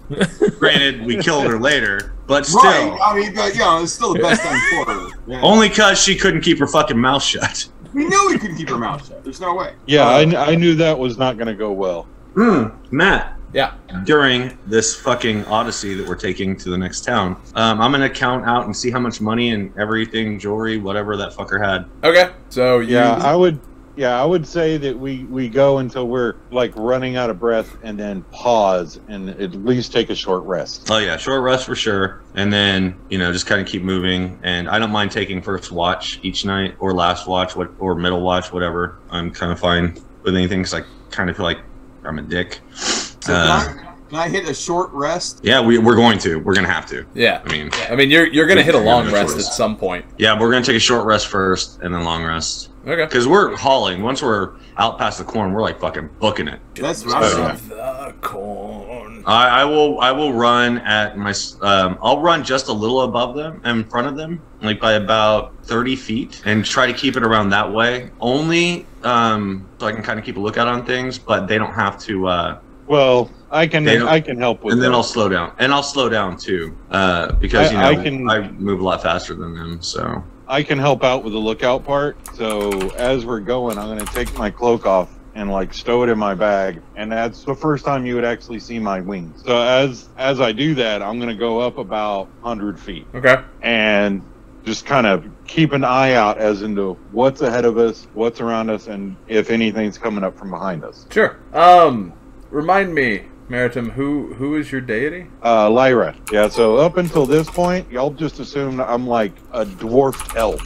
Granted, we killed her later, but still.
right? I mean, but, you know, it's still the best thing for her. Yeah.
Only because she couldn't keep her fucking mouth shut.
we knew he couldn't keep her mouth shut. There's no way.
Yeah, I, I knew that was not going to go well.
Hmm, Matt.
Yeah.
During this fucking odyssey that we're taking to the next town, um, I'm gonna count out and see how much money and everything, jewelry, whatever that fucker had.
Okay. So you,
Yeah, I would. Yeah, I would say that we we go until we're like running out of breath, and then pause and at least take a short rest.
Oh yeah, short rest for sure, and then you know just kind of keep moving. And I don't mind taking first watch each night or last watch, what or middle watch, whatever. I'm kind of fine with anything because I kind of feel like I'm a dick.
So
Uh,
can, I, can I hit a short rest?
yeah, we, we're going to. We're gonna have to.
yeah.
I mean,
I mean, you're you're gonna hit a
Yeah,
long
no
rest at
choice.
some point.
yeah, we're gonna take a short rest first and then long rest
Okay.
because we're hauling. Once we're out past the corn, we're like fucking booking it.
That's what I'm
So-
saying.
The corn.
I, I will. I will run at my. s- Um, I'll run just a little above them, in front of them, like by about thirty feet, and try to keep it around that way. Only um, so I can kind of keep a lookout on things, but they don't have to. Uh,
Well, I can
They don't-
I can help with.
and then
that.
I'll slow down, and I'll slow down too, uh, because you know
I-
I,
I can-
move a lot faster than them. So
I can help out with the lookout part. So as we're going, I'm going to take my cloak off and like stow it in my bag. And that's the first time you would actually see my wings. So as as I do that, I'm going to go up about 100 feet
Okay.
and just kind of keep an eye out as into what's ahead of us, what's around us, and if anything's coming up from behind us.
Sure. Um, remind me, Maritim, who who is your deity?
Uh, Lyra. Yeah. So up until this point, y'all just assumed I'm like a dwarfed elf.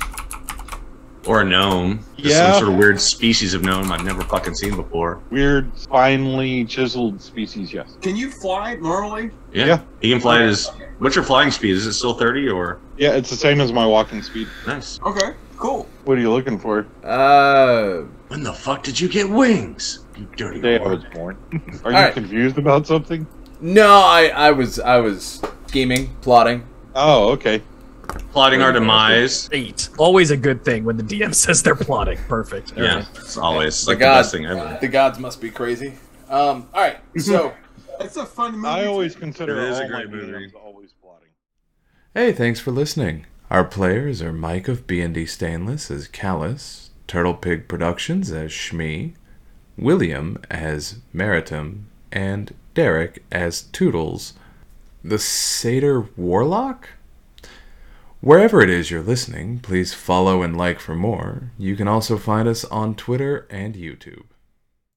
or a gnome, just
Yeah.
some sort of weird species of gnome I've never fucking seen before.
Weird, finely chiseled species, yes.
Can you fly normally?
Yeah,
Yeah.
he can fly at his. What's your flying speed? Is it still thirty or
Yeah, it's the same as my walking speed.
nice?
Okay, cool.
What are you looking for?
Uh,
When the fuck did you get wings? You dirty
Day I was
whore.
born. Are you
Alright.
confused about something?
no, I I was I was scheming, plotting.
Oh, okay.
Plotting our demise.
Eight. Always a good thing when the DM says they're plotting. Perfect. All
Yeah,
right.
it's always it's
The
like the
gods-
best thing ever.
The gods must be crazy. Um, all right. So,
That's a fun movie.
I
too.
always consider
It is
all
a great
my
movie.
DMs always plotting.
Hey, thanks for listening. Our players are Mike of B&D Stainless as Callus, Turtle Pig Productions as Shmi, William as Maritim, and Derek as Toodles, the Satyr Warlock? Wherever it is you're listening, please follow and like for more. You can also find us on Twitter and YouTube.